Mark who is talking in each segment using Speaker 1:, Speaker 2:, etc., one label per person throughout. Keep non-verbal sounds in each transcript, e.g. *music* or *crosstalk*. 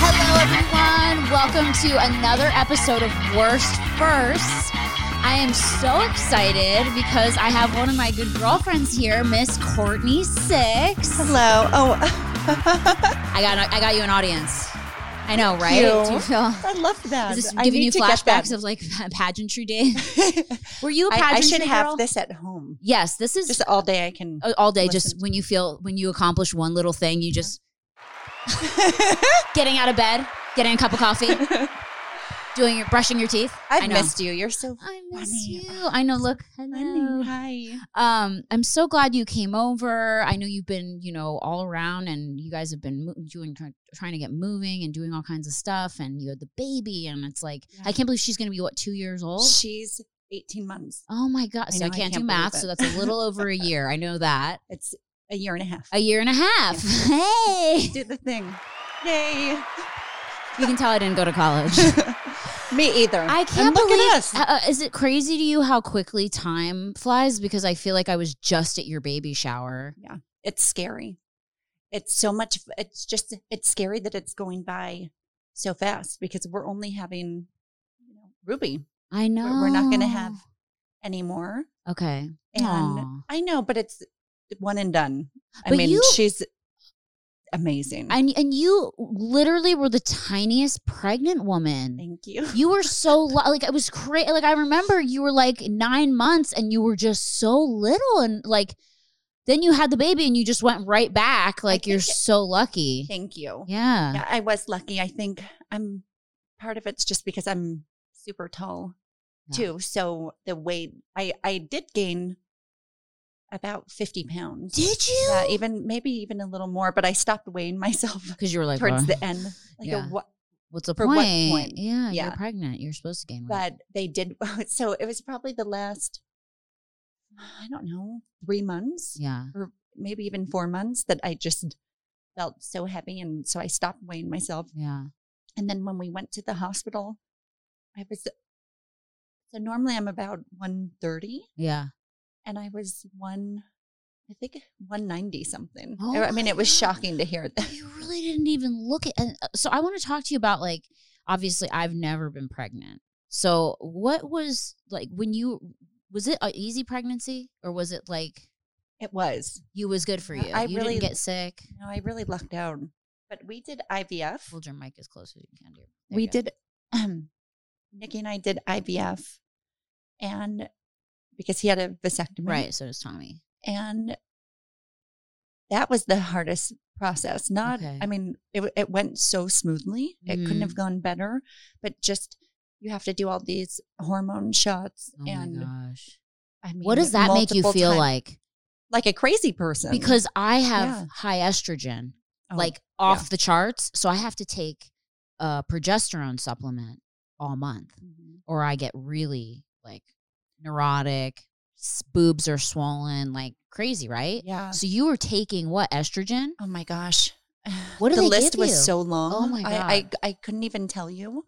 Speaker 1: Hello, everyone. Welcome to another episode of Worst First. I am so excited because I have one of my good girlfriends here, Miss Courtney Six.
Speaker 2: Hello. Oh, *laughs*
Speaker 1: I got I got you an audience. I know, right?
Speaker 2: Cute.
Speaker 1: Do you feel?
Speaker 2: I love that.
Speaker 1: Is this
Speaker 2: I
Speaker 1: giving
Speaker 2: need
Speaker 1: you
Speaker 2: to get that.
Speaker 1: flashbacks of like *laughs* pageantry days?
Speaker 2: *laughs*
Speaker 1: Were you a
Speaker 2: I, I
Speaker 1: pageantry
Speaker 2: should have
Speaker 1: girl?
Speaker 2: this at home.
Speaker 1: Yes, this is
Speaker 2: Just all day I can.
Speaker 1: uh, all day.
Speaker 2: listen
Speaker 1: Just when you feel when you accomplish one little thing, you just *laughs* getting out of bed, getting a cup of
Speaker 2: *laughs*
Speaker 1: coffee, doing your brushing your teeth. I
Speaker 2: I've
Speaker 1: know.
Speaker 2: missed you. You're so
Speaker 1: I miss
Speaker 2: Funny.
Speaker 1: you. I know. Look,
Speaker 2: funny.
Speaker 1: hello.
Speaker 2: Hi.
Speaker 1: Um, I'm so glad you came over. I know you've been, you know, all around, and you guys have been mo- doing try- trying to get moving and doing all kinds of stuff. And you had the baby, and it's like
Speaker 2: Yeah.
Speaker 1: I can't believe she's going to be what two years old.
Speaker 2: She's 18 months.
Speaker 1: Oh my god!
Speaker 2: I
Speaker 1: So I,
Speaker 2: know, I
Speaker 1: can't, do
Speaker 2: can't believe
Speaker 1: math.
Speaker 2: it.
Speaker 1: So that's a little over a year. I know that
Speaker 2: It's a year and a half.
Speaker 1: a year and a half. Hey,
Speaker 2: Did the thing.
Speaker 1: *laughs*
Speaker 2: Yay. *laughs*
Speaker 1: you can tell I didn't go to college.
Speaker 2: Me either.
Speaker 1: I
Speaker 2: And
Speaker 1: can't
Speaker 2: look
Speaker 1: believe.
Speaker 2: at us.
Speaker 1: uh, uh, is it crazy to you how quickly time flies? Because I feel like I was just at your baby shower.
Speaker 2: It's scary. It's so much. It's just, it's scary that it's going by so fast because we're only having, you know, Ruby
Speaker 1: I know
Speaker 2: We're- we're not gonna have anymore.
Speaker 1: Okay.
Speaker 2: And
Speaker 1: Aw.
Speaker 2: I know, but it's one and done. I
Speaker 1: But
Speaker 2: mean,
Speaker 1: you-
Speaker 2: she's amazing.
Speaker 1: And and you literally were the tiniest pregnant woman. *laughs*
Speaker 2: Thank you.
Speaker 1: You
Speaker 2: *laughs*
Speaker 1: were so li- like it was crazy. Like I remember you were like nine months and you were just so little and like then you had the baby and you just went right back. Like you're
Speaker 2: think it-
Speaker 1: so lucky.
Speaker 2: Thank you.
Speaker 1: yeah.
Speaker 2: Yeah, I was lucky. I think I'm part of it's just because I'm super tall
Speaker 1: Yeah.
Speaker 2: too. So the weight, I, I did gain about 50 pounds.
Speaker 1: Did you?
Speaker 2: Yeah, even maybe even a little more, but I stopped weighing myself *laughs*
Speaker 1: Because you were like
Speaker 2: towards
Speaker 1: "Oh,
Speaker 2: the end. Like
Speaker 1: Yeah.
Speaker 2: a, what?
Speaker 1: What's the
Speaker 2: for
Speaker 1: point?
Speaker 2: what point?
Speaker 1: Yeah,
Speaker 2: Yeah.
Speaker 1: you're pregnant. You're supposed to gain weight.
Speaker 2: but they did. *laughs* So it was probably the last, I don't know, three months.
Speaker 1: yeah.
Speaker 2: maybe even four months that I just felt so heavy. And so I stopped weighing myself.
Speaker 1: Yeah.
Speaker 2: And then when we went to the hospital, I was, so normally I'm about 130
Speaker 1: Yeah.
Speaker 2: and I was one, I think 190 something.
Speaker 1: Oh
Speaker 2: I mean,
Speaker 1: my
Speaker 2: it was
Speaker 1: God.
Speaker 2: shocking to hear that.
Speaker 1: you really didn't even look at and uh, so i want to talk to you about like obviously i've never been pregnant so what was like when you was it an easy pregnancy or was it like
Speaker 2: It was.
Speaker 1: you was good for
Speaker 2: Uh,
Speaker 1: you
Speaker 2: I
Speaker 1: you
Speaker 2: really-
Speaker 1: didn't get sick
Speaker 2: No, I really lucked out. But we did IVF.
Speaker 1: hold your mic as close as you can to your there
Speaker 2: we
Speaker 1: you go.
Speaker 2: did um, nikki and i did ivf and because he had a vasectomy
Speaker 1: right so does tommy
Speaker 2: and that was the hardest process not
Speaker 1: Okay. Mm.
Speaker 2: i mean it, w- it went so smoothly it couldn't have gone better but just you have to do all these hormone shots
Speaker 1: oh
Speaker 2: and
Speaker 1: my gosh
Speaker 2: i mean
Speaker 1: what does that make you
Speaker 2: multiple
Speaker 1: feel
Speaker 2: time-
Speaker 1: like
Speaker 2: like a crazy person
Speaker 1: because i have
Speaker 2: Yeah.
Speaker 1: high estrogen
Speaker 2: Oh,
Speaker 1: like off the charts so i have to take a progesterone supplement all month
Speaker 2: mhm.
Speaker 1: or I get really like neurotic, s- boobs are swollen, like crazy, right?
Speaker 2: yeah
Speaker 1: So you were taking what estrogen?
Speaker 2: oh my gosh *sighs*
Speaker 1: What did
Speaker 2: the
Speaker 1: they
Speaker 2: list
Speaker 1: give
Speaker 2: was
Speaker 1: you?
Speaker 2: so long
Speaker 1: Oh my
Speaker 2: I, I i couldn't even tell you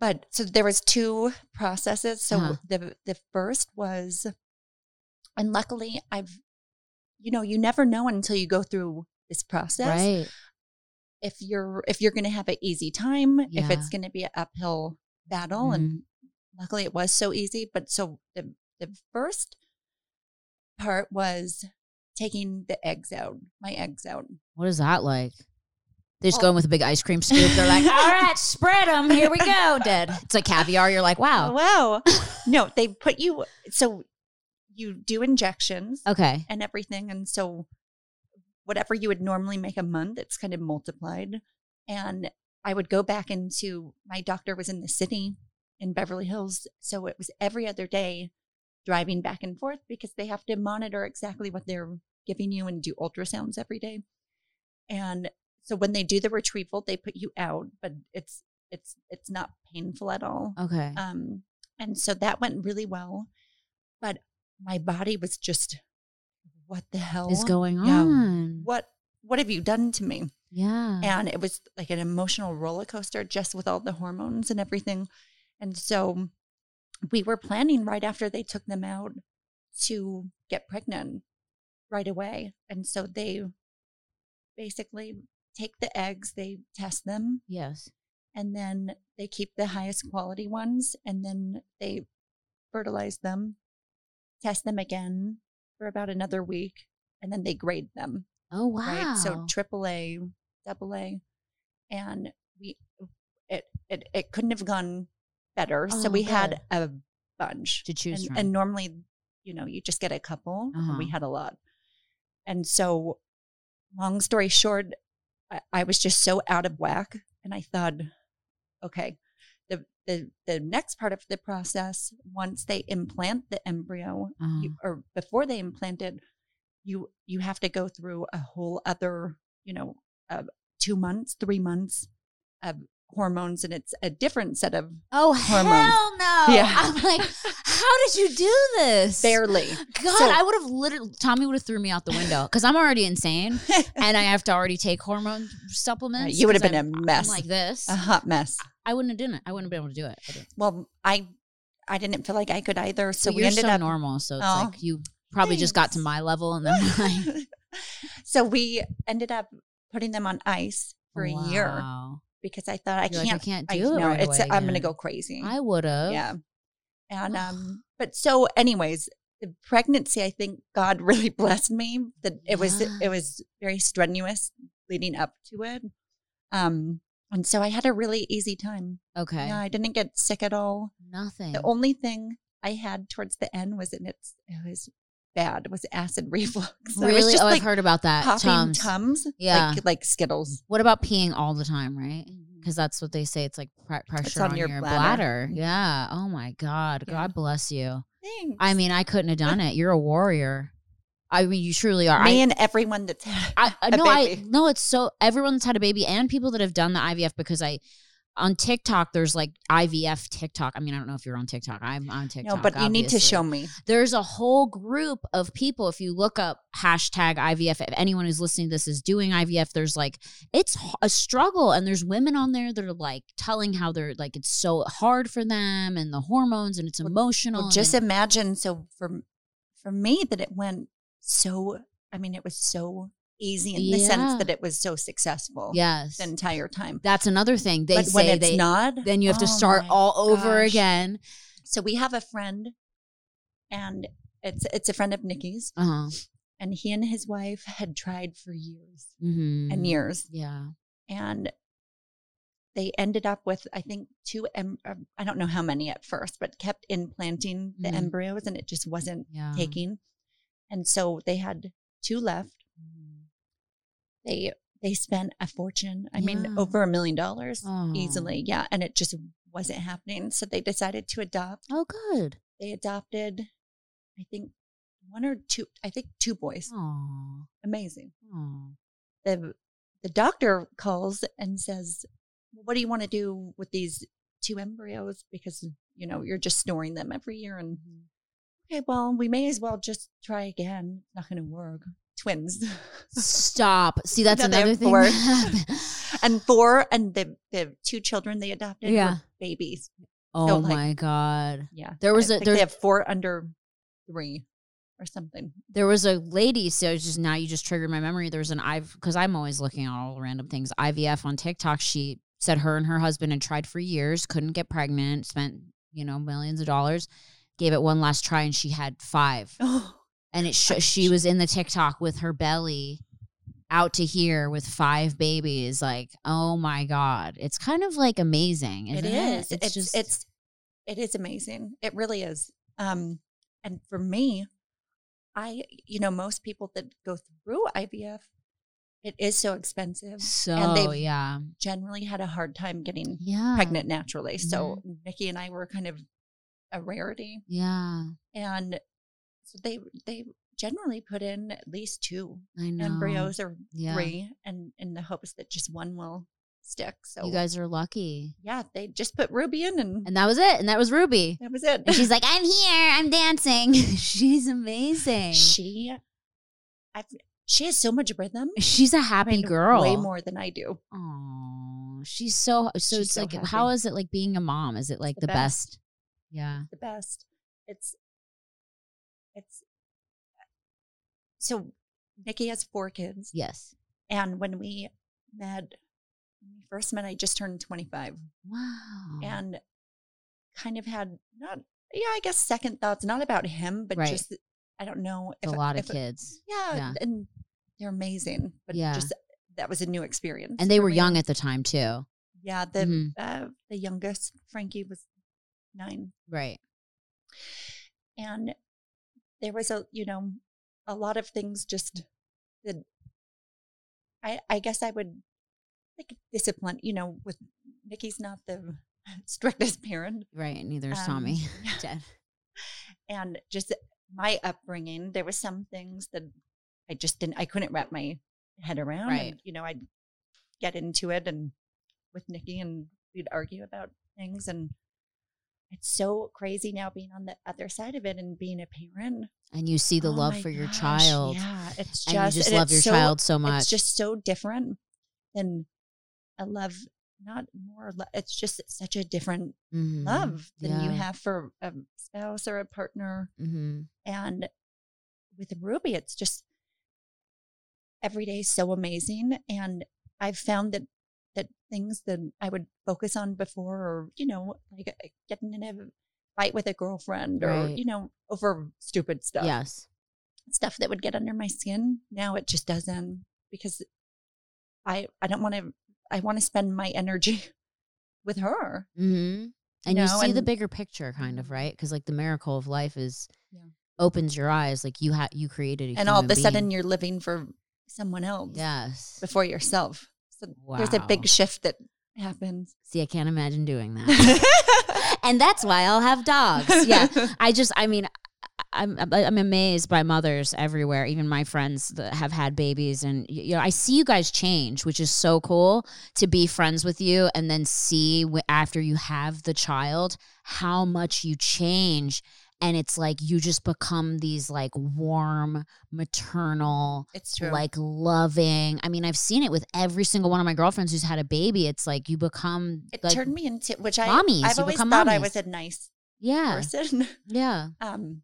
Speaker 2: but so there was two processes so
Speaker 1: Uh-huh.
Speaker 2: the the first was and luckily i've you know you never know until you go through this process
Speaker 1: Right.
Speaker 2: if you're if you're going to have an easy time if
Speaker 1: Yeah. Mm-hmm.
Speaker 2: it's going to be an uphill battle and luckily it was so easy but so the the first part was taking the eggs out my eggs out
Speaker 1: What is that like? They just
Speaker 2: Well-
Speaker 1: go in with a big ice cream scoop. They're like,
Speaker 2: *laughs*
Speaker 1: all right, spread them. Here we go. Dead. It's like caviar. You're
Speaker 2: *laughs*
Speaker 1: like, wow.
Speaker 2: Wow. no, they put you so you do injections
Speaker 1: Okay.
Speaker 2: and everything and so whatever you would normally make a month, it's kind of multiplied. And I would go back into my doctor was in the city in Beverly Hills, so it was every other day driving back and forth because they have to monitor exactly what they're giving you and do ultrasounds every day. And so when they do the retrieval, they put you out, but it's it's it's not painful at all.
Speaker 1: Okay.
Speaker 2: Um, and so that went really well, but my body was just, what the hell
Speaker 1: Is going
Speaker 2: Oh, yeah.
Speaker 1: on.
Speaker 2: What what have you done to me?
Speaker 1: Yeah.
Speaker 2: And it was like an emotional roller coaster, just with all the hormones and everything. And so, we were planning right after they took them out to get pregnant right away. And so they basically take the eggs, they test them,
Speaker 1: Yes.
Speaker 2: and then they keep the highest quality ones and then they fertilize them, test them again for about another week, and then they grade them
Speaker 1: Oh wow.
Speaker 2: right? So AAA, double A, and we it it it couldn't have gone better. so
Speaker 1: Oh,
Speaker 2: we had
Speaker 1: good.
Speaker 2: a bunch,
Speaker 1: to choose
Speaker 2: and,
Speaker 1: from.
Speaker 2: and normally, you know, you just get a couple. and we
Speaker 1: Uh-huh.
Speaker 2: had a lot, and so long story short, I, I was just so out of whack, and I thought, okay. The, the, the next part of the process, once they implant the embryo,
Speaker 1: Uh-huh.
Speaker 2: you, or before they implant it, you you have to go through a whole other, you know, uh, two months, three months of hormones, and it's a different set of
Speaker 1: oh
Speaker 2: *laughs* hormones.
Speaker 1: hell no!
Speaker 2: Yeah.
Speaker 1: I'm like, how did you do this? *laughs*
Speaker 2: barely.
Speaker 1: God,
Speaker 2: So-
Speaker 1: I would have literally Tommy would have threw me out the window because I'm already insane and I have to already take hormone supplements.
Speaker 2: you would have
Speaker 1: 'cause
Speaker 2: been
Speaker 1: I'm-
Speaker 2: a
Speaker 1: I'm
Speaker 2: mess, Uh-huh.
Speaker 1: like this.
Speaker 2: a hot mess.
Speaker 1: I wouldn't have done it. I wouldn't have been able to do it. I didn't.
Speaker 2: Well, I I didn't feel like I could either, so
Speaker 1: But
Speaker 2: we
Speaker 1: you're
Speaker 2: ended
Speaker 1: so
Speaker 2: up. *laughs*
Speaker 1: normal, so it's
Speaker 2: Oh,
Speaker 1: like you probably just got to
Speaker 2: thanks.
Speaker 1: my level
Speaker 2: *laughs*
Speaker 1: and then like,
Speaker 2: so we ended up putting them on ice for a year
Speaker 1: Wow.
Speaker 2: because I thought I
Speaker 1: You're
Speaker 2: can't.
Speaker 1: like, I can't
Speaker 2: I
Speaker 1: do it.
Speaker 2: know,
Speaker 1: right
Speaker 2: it's
Speaker 1: away
Speaker 2: I'm going to
Speaker 1: again.
Speaker 2: go crazy.
Speaker 1: I Oh. would have.
Speaker 2: Yeah. And um but so anyways, the pregnancy I think God *laughs* really blessed me that it was
Speaker 1: Yeah.
Speaker 2: it was very strenuous leading up to it. Um and so I had a really easy time.
Speaker 1: Okay.
Speaker 2: Yeah, I didn't get sick at all.
Speaker 1: Nothing.
Speaker 2: The only thing I had towards the end was and it's it was bad was acid *laughs* reflux. I was
Speaker 1: really?
Speaker 2: just
Speaker 1: oh,
Speaker 2: like
Speaker 1: I've heard about that.
Speaker 2: popping
Speaker 1: Tums.
Speaker 2: tums,
Speaker 1: Yeah.
Speaker 2: like like Skittles.
Speaker 1: What about peeing all the time, right? Because that's what they say. It's like pr- pressure
Speaker 2: Mm-hmm. on
Speaker 1: on your,
Speaker 2: your
Speaker 1: bladder.
Speaker 2: bladder. Mm-hmm.
Speaker 1: Yeah. Oh my God.
Speaker 2: Yeah.
Speaker 1: God bless you.
Speaker 2: Thanks.
Speaker 1: I mean, I couldn't have done it. You're a warrior. I mean, you truly are.
Speaker 2: me
Speaker 1: I,
Speaker 2: and everyone that's had
Speaker 1: I, I
Speaker 2: a
Speaker 1: no, I
Speaker 2: baby.
Speaker 1: no. It's so everyone's had a baby and people that have done the IVF because I on TikTok there's like IVF TikTok. I mean, I don't know if you're on TikTok. I'm on TikTok.
Speaker 2: *laughs* no, but you need to
Speaker 1: obviously
Speaker 2: show me.
Speaker 1: there's a whole group of people. If you look up hashtag IVF, if anyone who's listening to this is doing IVF, there's like, it's h- a struggle. And there's women on there that are like telling how they're like, it's so hard for them and the hormones and it's
Speaker 2: Well-
Speaker 1: emotional.
Speaker 2: Well, just
Speaker 1: and,
Speaker 2: imagine. So for for me, that it went so. I mean, it was so easy in the
Speaker 1: Yeah.
Speaker 2: sense that it was so successful
Speaker 1: yes.
Speaker 2: the entire time.
Speaker 1: that's another thing. They
Speaker 2: but when
Speaker 1: say
Speaker 2: it's
Speaker 1: they,
Speaker 2: not,
Speaker 1: then you have to
Speaker 2: oh
Speaker 1: start
Speaker 2: my
Speaker 1: all over
Speaker 2: gosh.
Speaker 1: again.
Speaker 2: So we have a friend, and it's it's a friend of Nikki's,
Speaker 1: Uh-huh.
Speaker 2: and he and his wife had tried for years
Speaker 1: Mm-hmm.
Speaker 2: and years,
Speaker 1: Yeah.
Speaker 2: and they ended up with I think two. Em- uh, I don't know how many at first, but kept implanting the
Speaker 1: Mhm.
Speaker 2: embryos, and it just wasn't
Speaker 1: Yeah.
Speaker 2: taking. And so they had two left.
Speaker 1: Mhm.
Speaker 2: they they spent a fortune i mean
Speaker 1: Yeah.
Speaker 2: over a million dollars
Speaker 1: Oh.
Speaker 2: easily yeah and it just wasn't happening so they decided to adopt
Speaker 1: Oh, good.
Speaker 2: they adopted i think one or two i think two boys
Speaker 1: Oh.
Speaker 2: amazing *laughs*
Speaker 1: Oh.
Speaker 2: the the doctor calls and says what do you want to do with these two embryos because you know you're just storing them every year and
Speaker 1: Mm-hmm.
Speaker 2: okay well we may as well just try again not going to work twins *laughs*
Speaker 1: Stop. See, that's
Speaker 2: Another *laughs*
Speaker 1: another thing.
Speaker 2: four.
Speaker 1: that happened.
Speaker 2: and four and the, the two children they adopted
Speaker 1: Yeah.
Speaker 2: were babies.
Speaker 1: Oh
Speaker 2: like-
Speaker 1: my god.
Speaker 2: Yeah.
Speaker 1: There was
Speaker 2: I
Speaker 1: a-
Speaker 2: think
Speaker 1: there's-
Speaker 2: they have four under three or something. *laughs*
Speaker 1: There was a lady, so it's just now you just triggered my memory. There was an I've because I'm always looking at all random things. IVF on TikTok. She said her and her husband had tried for years, couldn't get pregnant, spent, you know, millions of dollars, gave it one last try and she had five.
Speaker 2: Oh,
Speaker 1: And
Speaker 2: *laughs*
Speaker 1: it sh- she was in the TikTok with her belly out to here with five babies. Like, oh my God. It's kind of like amazing.
Speaker 2: it
Speaker 1: Isn't
Speaker 2: is.
Speaker 1: It?
Speaker 2: It's, it's, it is amazing. It really is. Um, and for me, I, you know, most people that go through IVF, it is so expensive. and
Speaker 1: so
Speaker 2: they've-
Speaker 1: yeah.
Speaker 2: Generally had a hard time getting
Speaker 1: Yeah. Mm-hmm.
Speaker 2: pregnant naturally. So Nikki and I were kind of a rarity.
Speaker 1: Yeah.
Speaker 2: And so they, they generally put in at least two
Speaker 1: I know.
Speaker 2: embryos or
Speaker 1: Yeah.
Speaker 2: three and in the hopes that just one will stick so Mm-hmm.
Speaker 1: You guys are lucky.
Speaker 2: yeah they just put ruby in and,
Speaker 1: And that was it. And that was Ruby.
Speaker 2: that was it *laughs*
Speaker 1: And she's like, I'm here. I'm dancing. *laughs* she's amazing.
Speaker 2: she I've, she has so much rhythm
Speaker 1: she's a happy girl.
Speaker 2: way more than i do
Speaker 1: Oh, she's so, so
Speaker 2: She's
Speaker 1: it's
Speaker 2: so
Speaker 1: like,
Speaker 2: happy.
Speaker 1: how is it like being a mom? Is it like the,
Speaker 2: the
Speaker 1: best?
Speaker 2: best.
Speaker 1: Yeah.
Speaker 2: the best it's It's so Nikki has four kids.
Speaker 1: Yes.
Speaker 2: And when we met, when we first met, I just turned 25
Speaker 1: Wow.
Speaker 2: and kind of had not, yeah, I guess second thoughts, not about him, but
Speaker 1: Right.
Speaker 2: just, I don't know.
Speaker 1: It's a
Speaker 2: I-
Speaker 1: lot of
Speaker 2: if I-
Speaker 1: kids.
Speaker 2: Yeah,
Speaker 1: Yeah.
Speaker 2: And they're amazing. But
Speaker 1: Yeah.
Speaker 2: just that was a new experience.
Speaker 1: And they
Speaker 2: for
Speaker 1: were
Speaker 2: me.
Speaker 1: young at the time too.
Speaker 2: Yeah. The,
Speaker 1: Mhm.
Speaker 2: uh, the youngest, Frankie, was nine.
Speaker 1: Right.
Speaker 2: and there was a you know a lot of things just that i i guess i would like discipline you know with nikki's not the *laughs* strictest parent
Speaker 1: Right. Neither is *laughs*
Speaker 2: Um,
Speaker 1: Tommy. Dead.
Speaker 2: and just my upbringing there were some things that i just didn't i couldn't wrap my head around
Speaker 1: Right.
Speaker 2: and, you know i'd get into it and with nikki and we'd argue about things and it's so crazy now being on the other side of it and being a parent
Speaker 1: And you see the
Speaker 2: Oh
Speaker 1: love
Speaker 2: my
Speaker 1: for your
Speaker 2: gosh,
Speaker 1: child.
Speaker 2: Yeah, it's just
Speaker 1: And you just
Speaker 2: and
Speaker 1: love
Speaker 2: it's
Speaker 1: your
Speaker 2: so-
Speaker 1: child so much.
Speaker 2: It's just so different than a love, not more. lo- It's just such a different
Speaker 1: Mhm.
Speaker 2: love than you
Speaker 1: Yeah.
Speaker 2: have for a spouse or a partner.
Speaker 1: Mhm.
Speaker 2: And with Ruby, it's just every day is so amazing. And I've found that that things that I would focus on before, or you know, like uh, getting in a fight with a girlfriend, or
Speaker 1: Right.
Speaker 2: you know, over stupid stuff
Speaker 1: Yes.
Speaker 2: stuff that would get under my skin. Now it just doesn't because I I don't want to I want to spend my energy *laughs* with her.
Speaker 1: hmm And you
Speaker 2: know,
Speaker 1: see the
Speaker 2: and- Mm-hmm.
Speaker 1: bigger picture, kind of, right? Because like the miracle of life is
Speaker 2: Yeah.
Speaker 1: opens your eyes. Like you ha you created a
Speaker 2: and all of a
Speaker 1: human
Speaker 2: sudden
Speaker 1: being.
Speaker 2: you're living for someone else
Speaker 1: yes.
Speaker 2: before yourself. So there's a
Speaker 1: Wow.
Speaker 2: big shift that happens.
Speaker 1: See, I can't imagine doing that.
Speaker 2: *laughs*
Speaker 1: and that's why I'll have dogs. Yeah. I just, I mean, I- I'm I'm amazed by mothers everywhere, even my friends that have had babies, and y- you know I see you guys change, which is so cool to be friends with you, and then see wh- after you have the child how much you change, and it's like you just become these like warm, maternal,
Speaker 2: It's true.
Speaker 1: like loving. I mean, I've seen it with every single one of my girlfriends who's had a baby. It's like you become
Speaker 2: it
Speaker 1: like
Speaker 2: turned me into which I
Speaker 1: mommies.
Speaker 2: I've
Speaker 1: You
Speaker 2: always
Speaker 1: become
Speaker 2: thought I
Speaker 1: mommies.
Speaker 2: was a nice
Speaker 1: yeah,
Speaker 2: person. *laughs*
Speaker 1: yeah,
Speaker 2: Um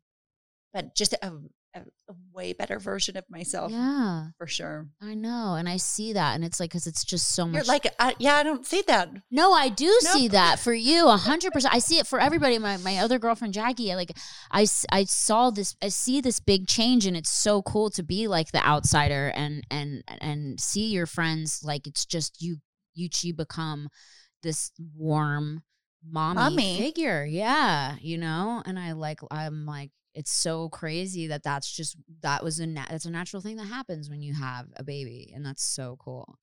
Speaker 2: but just a, a, a way better version of myself
Speaker 1: yeah.
Speaker 2: for sure.
Speaker 1: I know, and I see that, and it's like because it's just so much.
Speaker 2: You're like, I, yeah, I don't see that.
Speaker 1: no, I do
Speaker 2: No.
Speaker 1: see that for you, a hundred percent. I see it for everybody. My my other girlfriend Jackie, I like I s- I saw this, I see this big change, and it's so cool to be like the outsider and and and see your friends like it's just you you two become this warm mommy,
Speaker 2: Mommy.
Speaker 1: figure, yeah, you know. And I like I'm like. It's so crazy that that's just that was a na- that's a natural thing that happens when you have a baby, and that's so cool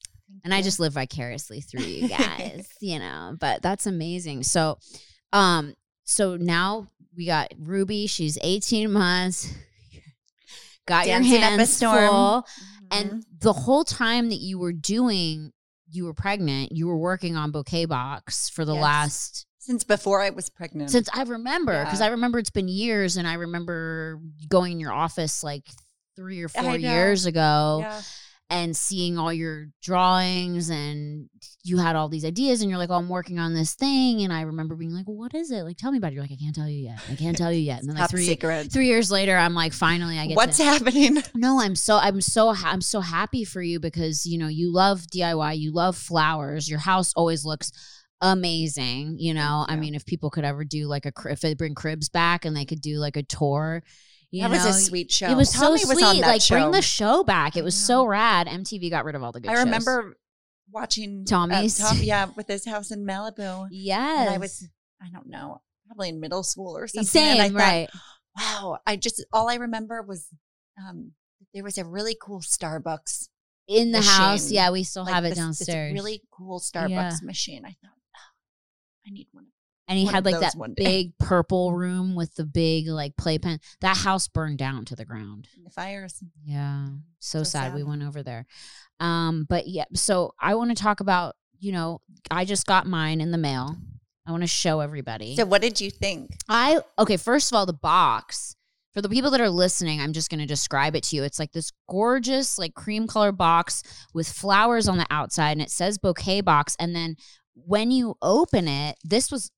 Speaker 1: and I
Speaker 2: Yeah.
Speaker 1: just live vicariously through
Speaker 2: *laughs*
Speaker 1: you guys, you know. But that's amazing. So, um, so now we got Ruby. She's 18 months. *laughs* got your
Speaker 2: Dancing up a
Speaker 1: hands
Speaker 2: storm.
Speaker 1: full,
Speaker 2: Mhm.
Speaker 1: and the whole time that you were doing, you were pregnant. You were working on Bouquet Box for the
Speaker 2: Yes.
Speaker 1: last
Speaker 2: since before I was pregnant.
Speaker 1: since I remember, because
Speaker 2: Yeah.
Speaker 1: I remember it's been years, and I remember going in your office like three or
Speaker 2: I
Speaker 1: four
Speaker 2: know.
Speaker 1: years ago
Speaker 2: yeah.
Speaker 1: and seeing all your drawings and you had all these ideas and you're like, oh, I'm working on this thing. And I remember being like, well, what is it? Like, tell me about it. You're like, I can't tell you yet. I can't tell you yet. And then like
Speaker 2: top
Speaker 1: three,
Speaker 2: secret.
Speaker 1: three years later, I'm like, finally, I get
Speaker 2: What's
Speaker 1: to- *laughs*
Speaker 2: happening?
Speaker 1: no, I'm so I'm so ha- I'm so happy for you because you know you love DIY, you love flowers. Your house always looks amazing. You know, I
Speaker 2: you.
Speaker 1: mean, if people could ever do like a cri- if they bring cribs back and they could do like a tour, you
Speaker 2: that
Speaker 1: know,
Speaker 2: was a sweet show.
Speaker 1: it was
Speaker 2: Tommy
Speaker 1: so
Speaker 2: was
Speaker 1: sweet.
Speaker 2: on that
Speaker 1: like
Speaker 2: show.
Speaker 1: bring the show back. It
Speaker 2: I
Speaker 1: was
Speaker 2: know.
Speaker 1: so rad. MTV got rid of all the good.
Speaker 2: I
Speaker 1: shows.
Speaker 2: remember watching uh,
Speaker 1: Tommy's. *laughs*
Speaker 2: Tom, yeah, with his house in Malibu.
Speaker 1: Yes,
Speaker 2: And I was, I don't know, probably in middle school or something.
Speaker 1: same,
Speaker 2: and I thought,
Speaker 1: right?
Speaker 2: Wow. I just all I remember was um, there was a really cool Starbucks.
Speaker 1: In the
Speaker 2: the
Speaker 1: house.
Speaker 2: shame.
Speaker 1: Yeah, we still
Speaker 2: like
Speaker 1: have it
Speaker 2: this- this
Speaker 1: downstairs.
Speaker 2: really cool Starbucks
Speaker 1: Yeah.
Speaker 2: machine. I thought, oh, I need one. of
Speaker 1: and he
Speaker 2: one
Speaker 1: had
Speaker 2: of
Speaker 1: like
Speaker 2: those *laughs*
Speaker 1: that
Speaker 2: one day.
Speaker 1: big purple room with the big like playpen. That house burned down to the ground.
Speaker 2: The fires.
Speaker 1: Yeah. So,
Speaker 2: So
Speaker 1: sad. We
Speaker 2: sad.
Speaker 1: went over there. Um, but yeah, so I want to talk about, you know, I just got mine in the mail. I want to show everybody.
Speaker 2: So what did you think?
Speaker 1: I okay, first of all, the box. For the people that are listening, I'm just going to describe it to you. It's like this gorgeous, like cream color box with flowers on the outside, and it says bouquet box. And then when you open it, this was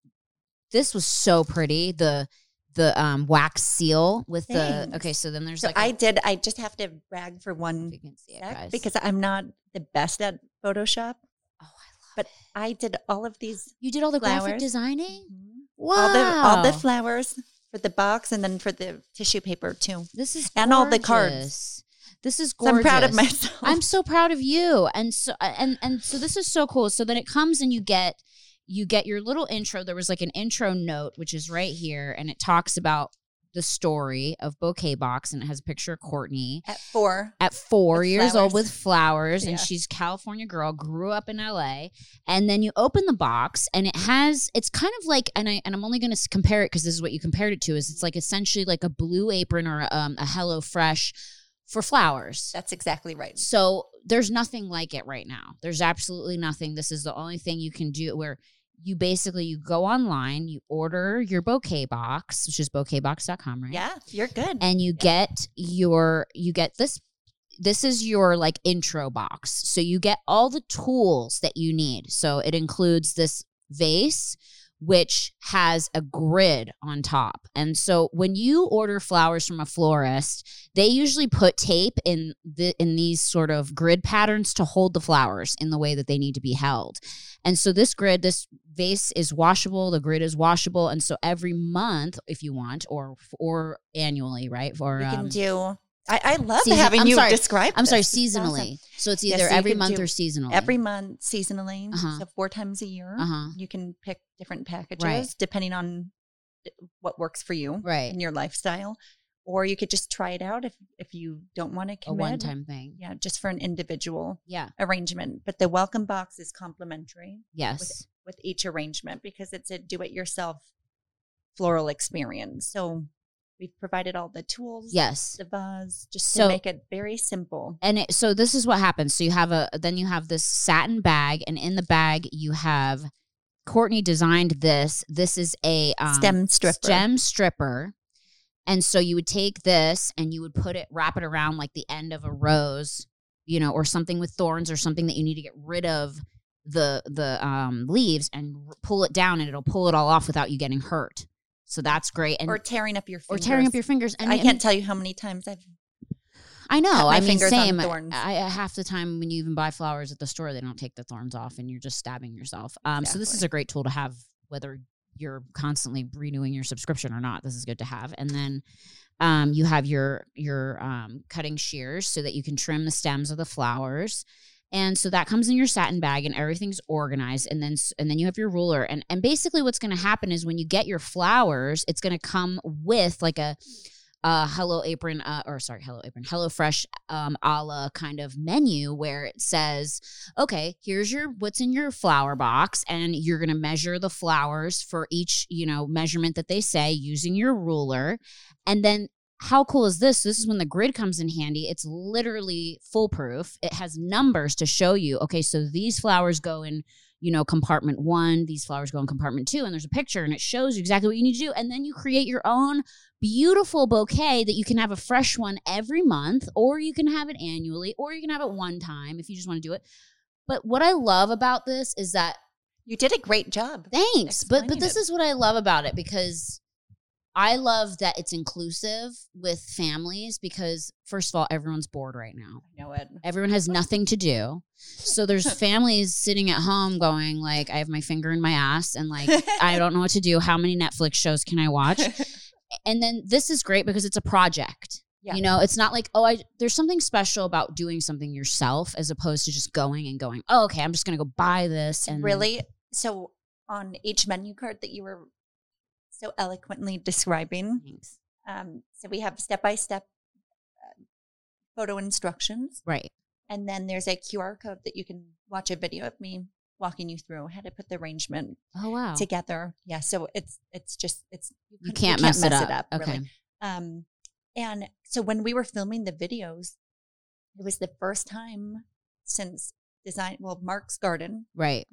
Speaker 1: this was so pretty. The the um, wax seal with the
Speaker 2: Thanks.
Speaker 1: okay. So then there's
Speaker 2: So
Speaker 1: like a
Speaker 2: I did. I just have to brag for one
Speaker 1: if you can see it,
Speaker 2: sec
Speaker 1: guys.
Speaker 2: because I'm not the best at Photoshop.
Speaker 1: oh, I love
Speaker 2: but I did all of these,
Speaker 1: you did all the graphic
Speaker 2: flowers.
Speaker 1: designing. Wow,
Speaker 2: all the all the flowers for the box, and then for the tissue paper too.
Speaker 1: this is
Speaker 2: and all the cards.
Speaker 1: gorgeous. This is
Speaker 2: So
Speaker 1: gorgeous.
Speaker 2: I'm proud of myself.
Speaker 1: I'm so proud of you. And so uh, and and so this is so cool. So then it comes and you get you get your little intro. There was like an intro note which is right here and it talks about the story of Bouquet Box and it has a picture of Courtney
Speaker 2: at four.
Speaker 1: at 4
Speaker 2: With
Speaker 1: years old
Speaker 2: flowers.
Speaker 1: with flowers and
Speaker 2: Yeah.
Speaker 1: she's California girl, grew up in LA. And then you open the box and it has it's kind of like and I and I'm only going to compare it cuz this is what you compared it to is it's like essentially like a blue apron or um, a Hello Fresh for flowers.
Speaker 2: That's exactly right.
Speaker 1: So there's nothing like it right now. There's absolutely nothing. This is the only thing you can do where you basically you go online, you order your bouquet box, which is bouquetbox.com, right?
Speaker 2: Yeah, you're good.
Speaker 1: And you get your you get this this is your like intro box. So you get all the tools that you need. So it includes this vase which has a grid on top. And so when you order flowers from a florist, they usually put tape in the in these sort of grid patterns to hold the flowers in the way that they need to be held. And so this grid, this vase is washable, the grid is washable, and so every month if you want or or annually, right? For
Speaker 2: we can
Speaker 1: um,
Speaker 2: do. I, I love
Speaker 1: season-
Speaker 2: having
Speaker 1: I'm
Speaker 2: you
Speaker 1: sorry.
Speaker 2: describe.
Speaker 1: I'm sorry,
Speaker 2: this. It's awesome.
Speaker 1: seasonally. So it's
Speaker 2: Yeah,
Speaker 1: either
Speaker 2: so you
Speaker 1: every
Speaker 2: can
Speaker 1: month
Speaker 2: do
Speaker 1: or seasonally.
Speaker 2: Every month, seasonally,
Speaker 1: Uh-huh.
Speaker 2: so four times a year,
Speaker 1: Uh-huh.
Speaker 2: you can pick different packages
Speaker 1: Right.
Speaker 2: depending on eh, what works for you
Speaker 1: Right.
Speaker 2: and your lifestyle. Or you could just try it out if if you don't want to
Speaker 1: a
Speaker 2: commit.
Speaker 1: one-time thing.
Speaker 2: Yeah, just for an individual
Speaker 1: Yeah.
Speaker 2: arrangement. But the welcome box is complimentary
Speaker 1: Yes.
Speaker 2: with each arrangement because it's a do it yourself floral experience. So we've provided all the tools,
Speaker 1: Yes.
Speaker 2: the vase, just
Speaker 1: So-
Speaker 2: to make it very simple.
Speaker 1: and it, so this is what happens so you have a then you have this satin bag and in the bag you have courtney designed this this is a um,
Speaker 2: Stem stripper.
Speaker 1: stem stripper and so you would take this and you would put it wrap it around like the end of a rose you know or something with thorns or something that you need to get rid of the the um, leaves and r- pull it down and it'll pull it all off without you getting hurt so that's great and
Speaker 2: or
Speaker 1: or,
Speaker 2: tearing up your fingers.
Speaker 1: tearing up your fingers and
Speaker 2: I
Speaker 1: and-
Speaker 2: can't tell you how many times I've
Speaker 1: I know.
Speaker 2: cut my
Speaker 1: I mean,
Speaker 2: fingers on
Speaker 1: same.
Speaker 2: thorns.
Speaker 1: I, I- half the time when you even buy flowers at the store, they don't take the thorns off, and you're just stabbing yourself. Um, So this is
Speaker 2: Exactly.
Speaker 1: a great tool to have, whether you're constantly renewing your subscription or not. This is good to have, and then. Um, you have your your um, cutting shears so that you can trim the stems of the flowers, and so that comes in your satin bag, and everything's organized. And then s- and then you have your ruler, and and basically what's going to happen is when you get your flowers, it's going to come with like a uh, Hello Apron, uh, or sorry, Hello Apron, Hello Fresh, um, a la kind of menu where it says, okay, here's your what's in your flower box, and you're gonna measure the flowers for each, you know, measurement that they say using your ruler, and then. How cool is this? This is when the grid comes in handy. It's literally foolproof. It has numbers to show you. Okay, so these flowers go in, you know, compartment one, these flowers go in compartment two, and there's a picture and it shows you exactly what you need to do. And then you create your own beautiful bouquet that you can have a fresh one every month, or you can have it annually, or you can have it one time if you just want to do it. But what I love about this is that
Speaker 2: You did a great job.
Speaker 1: thanks, but but
Speaker 2: Explaining
Speaker 1: this
Speaker 2: it.
Speaker 1: is what I love about it because I love that it's inclusive with families because first of all, everyone's bored right now.
Speaker 2: I know it.
Speaker 1: Everyone has nothing to do. So there's families sitting at home going like I have my finger in my ass and
Speaker 2: *laughs*
Speaker 1: like I don't know what to do. How many Netflix shows can I watch? and then this is great because it's a project.
Speaker 2: Yeah.
Speaker 1: You know, it's not like, oh, I there's something special about doing something yourself as opposed to just going and going, oh, okay, I'm just gonna go buy this and
Speaker 2: really. So on each menu card that you were so eloquently describing,
Speaker 1: Thanks.
Speaker 2: um, so we have step by step uh, photo instructions,
Speaker 1: Right.
Speaker 2: and then there's a QR code that you can watch a video of me walking you through how to put the arrangement
Speaker 1: Oh wow.
Speaker 2: together. Yeah, so it's it's just it's
Speaker 1: you can't, mess, it, up. Okay.
Speaker 2: really. Um, and so when we were filming the videos, it was the first time since design. Well, Mark's Garden,
Speaker 1: Right.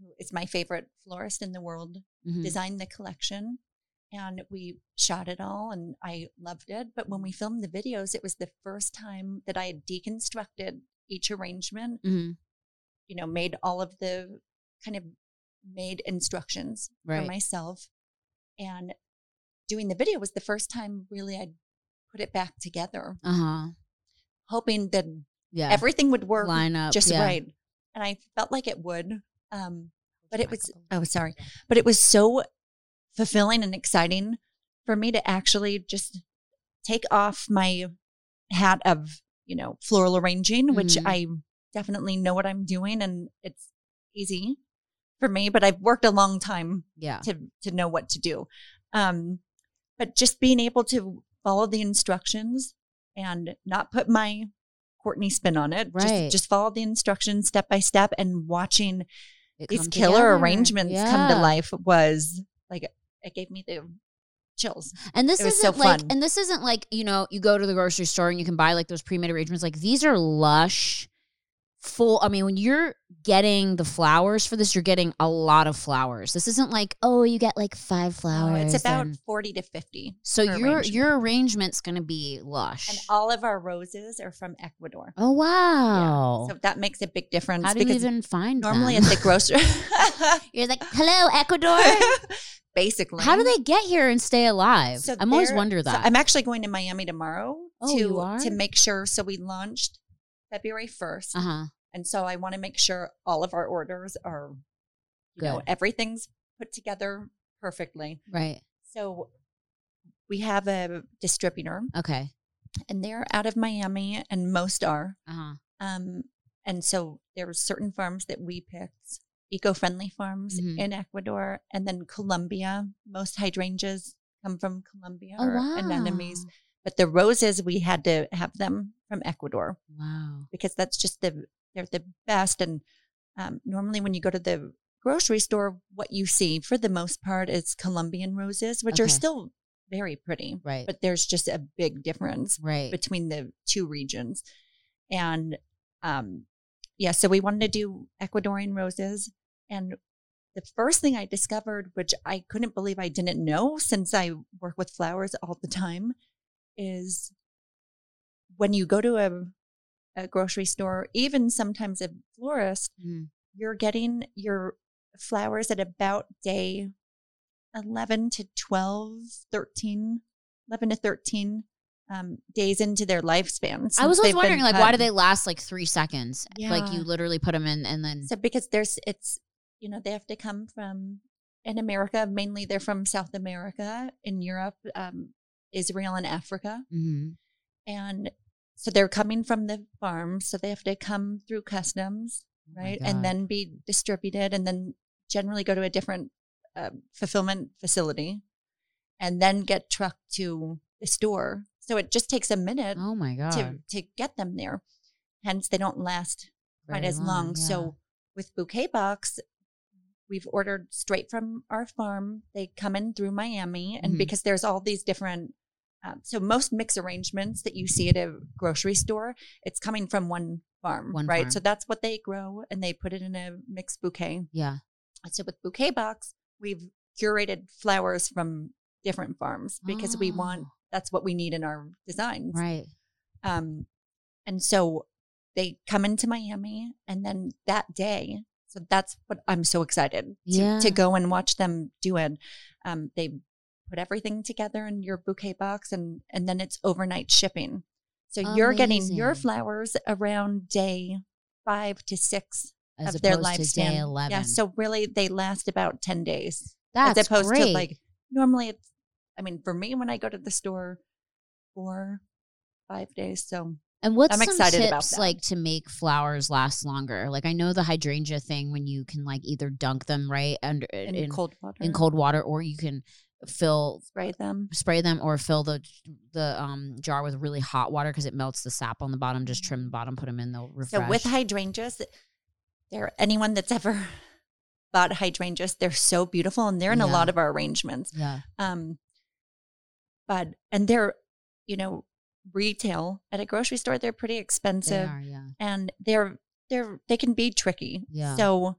Speaker 2: who is my favorite florist in the world,
Speaker 1: Mhm.
Speaker 2: designed the collection, and we shot it all, and I loved it. But when we filmed the videos, it was the first time that I had deconstructed each arrangement.
Speaker 1: Mhm.
Speaker 2: You know, made all of the kind of made instructions
Speaker 1: Right.
Speaker 2: for myself, and doing the video was the first time really I'd put it back together,
Speaker 1: Uh huh.
Speaker 2: hoping that
Speaker 1: Yeah.
Speaker 2: everything would work
Speaker 1: line up.
Speaker 2: just
Speaker 1: yeah.
Speaker 2: right. And I felt like it would. Um, but it was,
Speaker 1: Oh,
Speaker 2: oh, sorry. But it was so fulfilling and exciting for me to actually just take off my hat of, you know, floral arranging, which
Speaker 1: Mhm.
Speaker 2: I definitely know what I'm doing and it's easy for me, but I've worked a long time
Speaker 1: yeah.
Speaker 2: to to know what to do. Um, but just being able to follow the instructions and not put my Courtney spin on it.
Speaker 1: Right.
Speaker 2: Just, just follow the instructions step by step and watching
Speaker 1: It
Speaker 2: these
Speaker 1: come
Speaker 2: killer
Speaker 1: together.
Speaker 2: arrangements come to
Speaker 1: Yeah.
Speaker 2: life was like it gave me the chills.
Speaker 1: And this
Speaker 2: It was
Speaker 1: isn't
Speaker 2: so
Speaker 1: like,
Speaker 2: fun.
Speaker 1: and this isn't like you know, you go to the grocery store and you can buy like those pre-made arrangements. Like these are lush, full. I mean, when you're getting the flowers for this, you're getting a lot of flowers. This isn't like oh, you get like five
Speaker 2: Oh,
Speaker 1: flowers.
Speaker 2: it's about
Speaker 1: and-
Speaker 2: forty to fifty.
Speaker 1: so
Speaker 2: per
Speaker 1: your
Speaker 2: arrangement.
Speaker 1: your arrangement's gonna be lush.
Speaker 2: And all of our roses are from Ecuador.
Speaker 1: oh wow!
Speaker 2: So that makes a big difference
Speaker 1: Oh. How do you even find
Speaker 2: normally
Speaker 1: *laughs*
Speaker 2: at
Speaker 1: them?
Speaker 2: the grocery
Speaker 1: you're like hello
Speaker 2: *laughs*
Speaker 1: Ecuador.
Speaker 2: basically
Speaker 1: How do they get here and stay alive?
Speaker 2: So
Speaker 1: I'm always
Speaker 2: there-
Speaker 1: wonder
Speaker 2: so
Speaker 1: that.
Speaker 2: I'm actually going to Miami tomorrow
Speaker 1: Oh,
Speaker 2: to
Speaker 1: you are?
Speaker 2: to make sure. So we launched February 1st
Speaker 1: uh huh.
Speaker 2: and so I want to make sure all of our orders are, you know,
Speaker 1: Good.
Speaker 2: everything's put together perfectly.
Speaker 1: Right.
Speaker 2: So we have a distributor,
Speaker 1: Okay.
Speaker 2: and they're out of Miami, and most are.
Speaker 1: Uh huh.
Speaker 2: Um, and so there were certain farms that we picked, eco-friendly farms
Speaker 1: Mhm.
Speaker 2: in Ecuador, and then Colombia. Most hydrangeas come from Colombia
Speaker 1: Oh
Speaker 2: or
Speaker 1: wow.
Speaker 2: anemones but the roses we had to have them from Ecuador
Speaker 1: Wow.
Speaker 2: because that's just the they're the best. And um, normally, when you go to the grocery store, what you see for the most part is Colombian roses, which are
Speaker 1: Okay.
Speaker 2: still very pretty,
Speaker 1: Right.
Speaker 2: but there's just a big difference
Speaker 1: right.
Speaker 2: between the two regions. And um, yeah, so we wanted to do Ecuadorian roses. And the first thing I discovered, which I couldn't believe I didn't know since I work with flowers all the time, is when you go to a, a grocery store, even sometimes a florist,
Speaker 1: Mm.
Speaker 2: you're getting your flowers at about day 11 to 12, 13, 11 to 13 um, days into their lifespan.
Speaker 1: I was
Speaker 2: since
Speaker 1: always
Speaker 2: they've
Speaker 1: wondering,
Speaker 2: been
Speaker 1: like, why do
Speaker 2: cut.
Speaker 1: they last like three seconds? Like,
Speaker 2: Yeah.
Speaker 1: you literally put them in, and then
Speaker 2: So because there's, it's, you know, they have to come from in America, mainly they're from South America, in Europe, um, Israel, and Africa.
Speaker 1: Mhm.
Speaker 2: And so they're coming from the farm. So they have to come through customs.
Speaker 1: Oh my
Speaker 2: right?
Speaker 1: God.
Speaker 2: And then be distributed and then generally go to a different um, fulfillment facility and then get trucked to the store. So it just takes a minute
Speaker 1: oh my god,
Speaker 2: to, to get them there. Hence, they don't last quite
Speaker 1: Very
Speaker 2: as long.
Speaker 1: yeah.
Speaker 2: So with Bouquet Box, we've ordered straight from our farm. They come in through Miami. And
Speaker 1: Mhm.
Speaker 2: because there's all these different um, so most mix arrangements that you see at a grocery store, it's coming from one farm,
Speaker 1: One
Speaker 2: right?
Speaker 1: farm.
Speaker 2: So that's what they grow, and they put it in a mixed bouquet.
Speaker 1: yeah,
Speaker 2: And so with Bouquet Box, we've curated flowers from different farms because we want
Speaker 1: Oh,
Speaker 2: that's what we need in our designs.
Speaker 1: *gasps* right.
Speaker 2: Um, and so they come into Miami, and then that day, so that's what I'm so excited to,
Speaker 1: Yeah.
Speaker 2: to go and watch them do it. Um, they put everything together in your bouquet box, and and then it's overnight shipping. So you're getting your
Speaker 1: Amazing.
Speaker 2: flowers around day five to six
Speaker 1: As
Speaker 2: of their
Speaker 1: opposed
Speaker 2: lifespan.
Speaker 1: to day eleven.
Speaker 2: Yeah, so really they last about ten days
Speaker 1: that's
Speaker 2: as opposed
Speaker 1: great.
Speaker 2: to like normally it's I mean, for me when I go to the store four, five days. So
Speaker 1: and what's
Speaker 2: I'm
Speaker 1: some
Speaker 2: excited
Speaker 1: tips
Speaker 2: about that.
Speaker 1: like to make flowers last longer? Like, I know the hydrangea thing when you can like either dunk them right under
Speaker 2: in,
Speaker 1: in,
Speaker 2: cold water.
Speaker 1: in cold water, or you can fill
Speaker 2: spray them.
Speaker 1: spray them or fill the the um jar with really hot water because it melts the sap on the bottom. Just trim the bottom, put them in, they'll refresh.
Speaker 2: So with hydrangeas, they're anyone that's ever *laughs* bought hydrangeas, they're so beautiful and they're in a lot
Speaker 1: Yeah.
Speaker 2: of our arrangements.
Speaker 1: yeah.
Speaker 2: Um but and they're, you know, retail at a grocery store, they're pretty
Speaker 1: They
Speaker 2: expensive.
Speaker 1: are, yeah.
Speaker 2: and they're they're they can be tricky.
Speaker 1: Yeah.
Speaker 2: So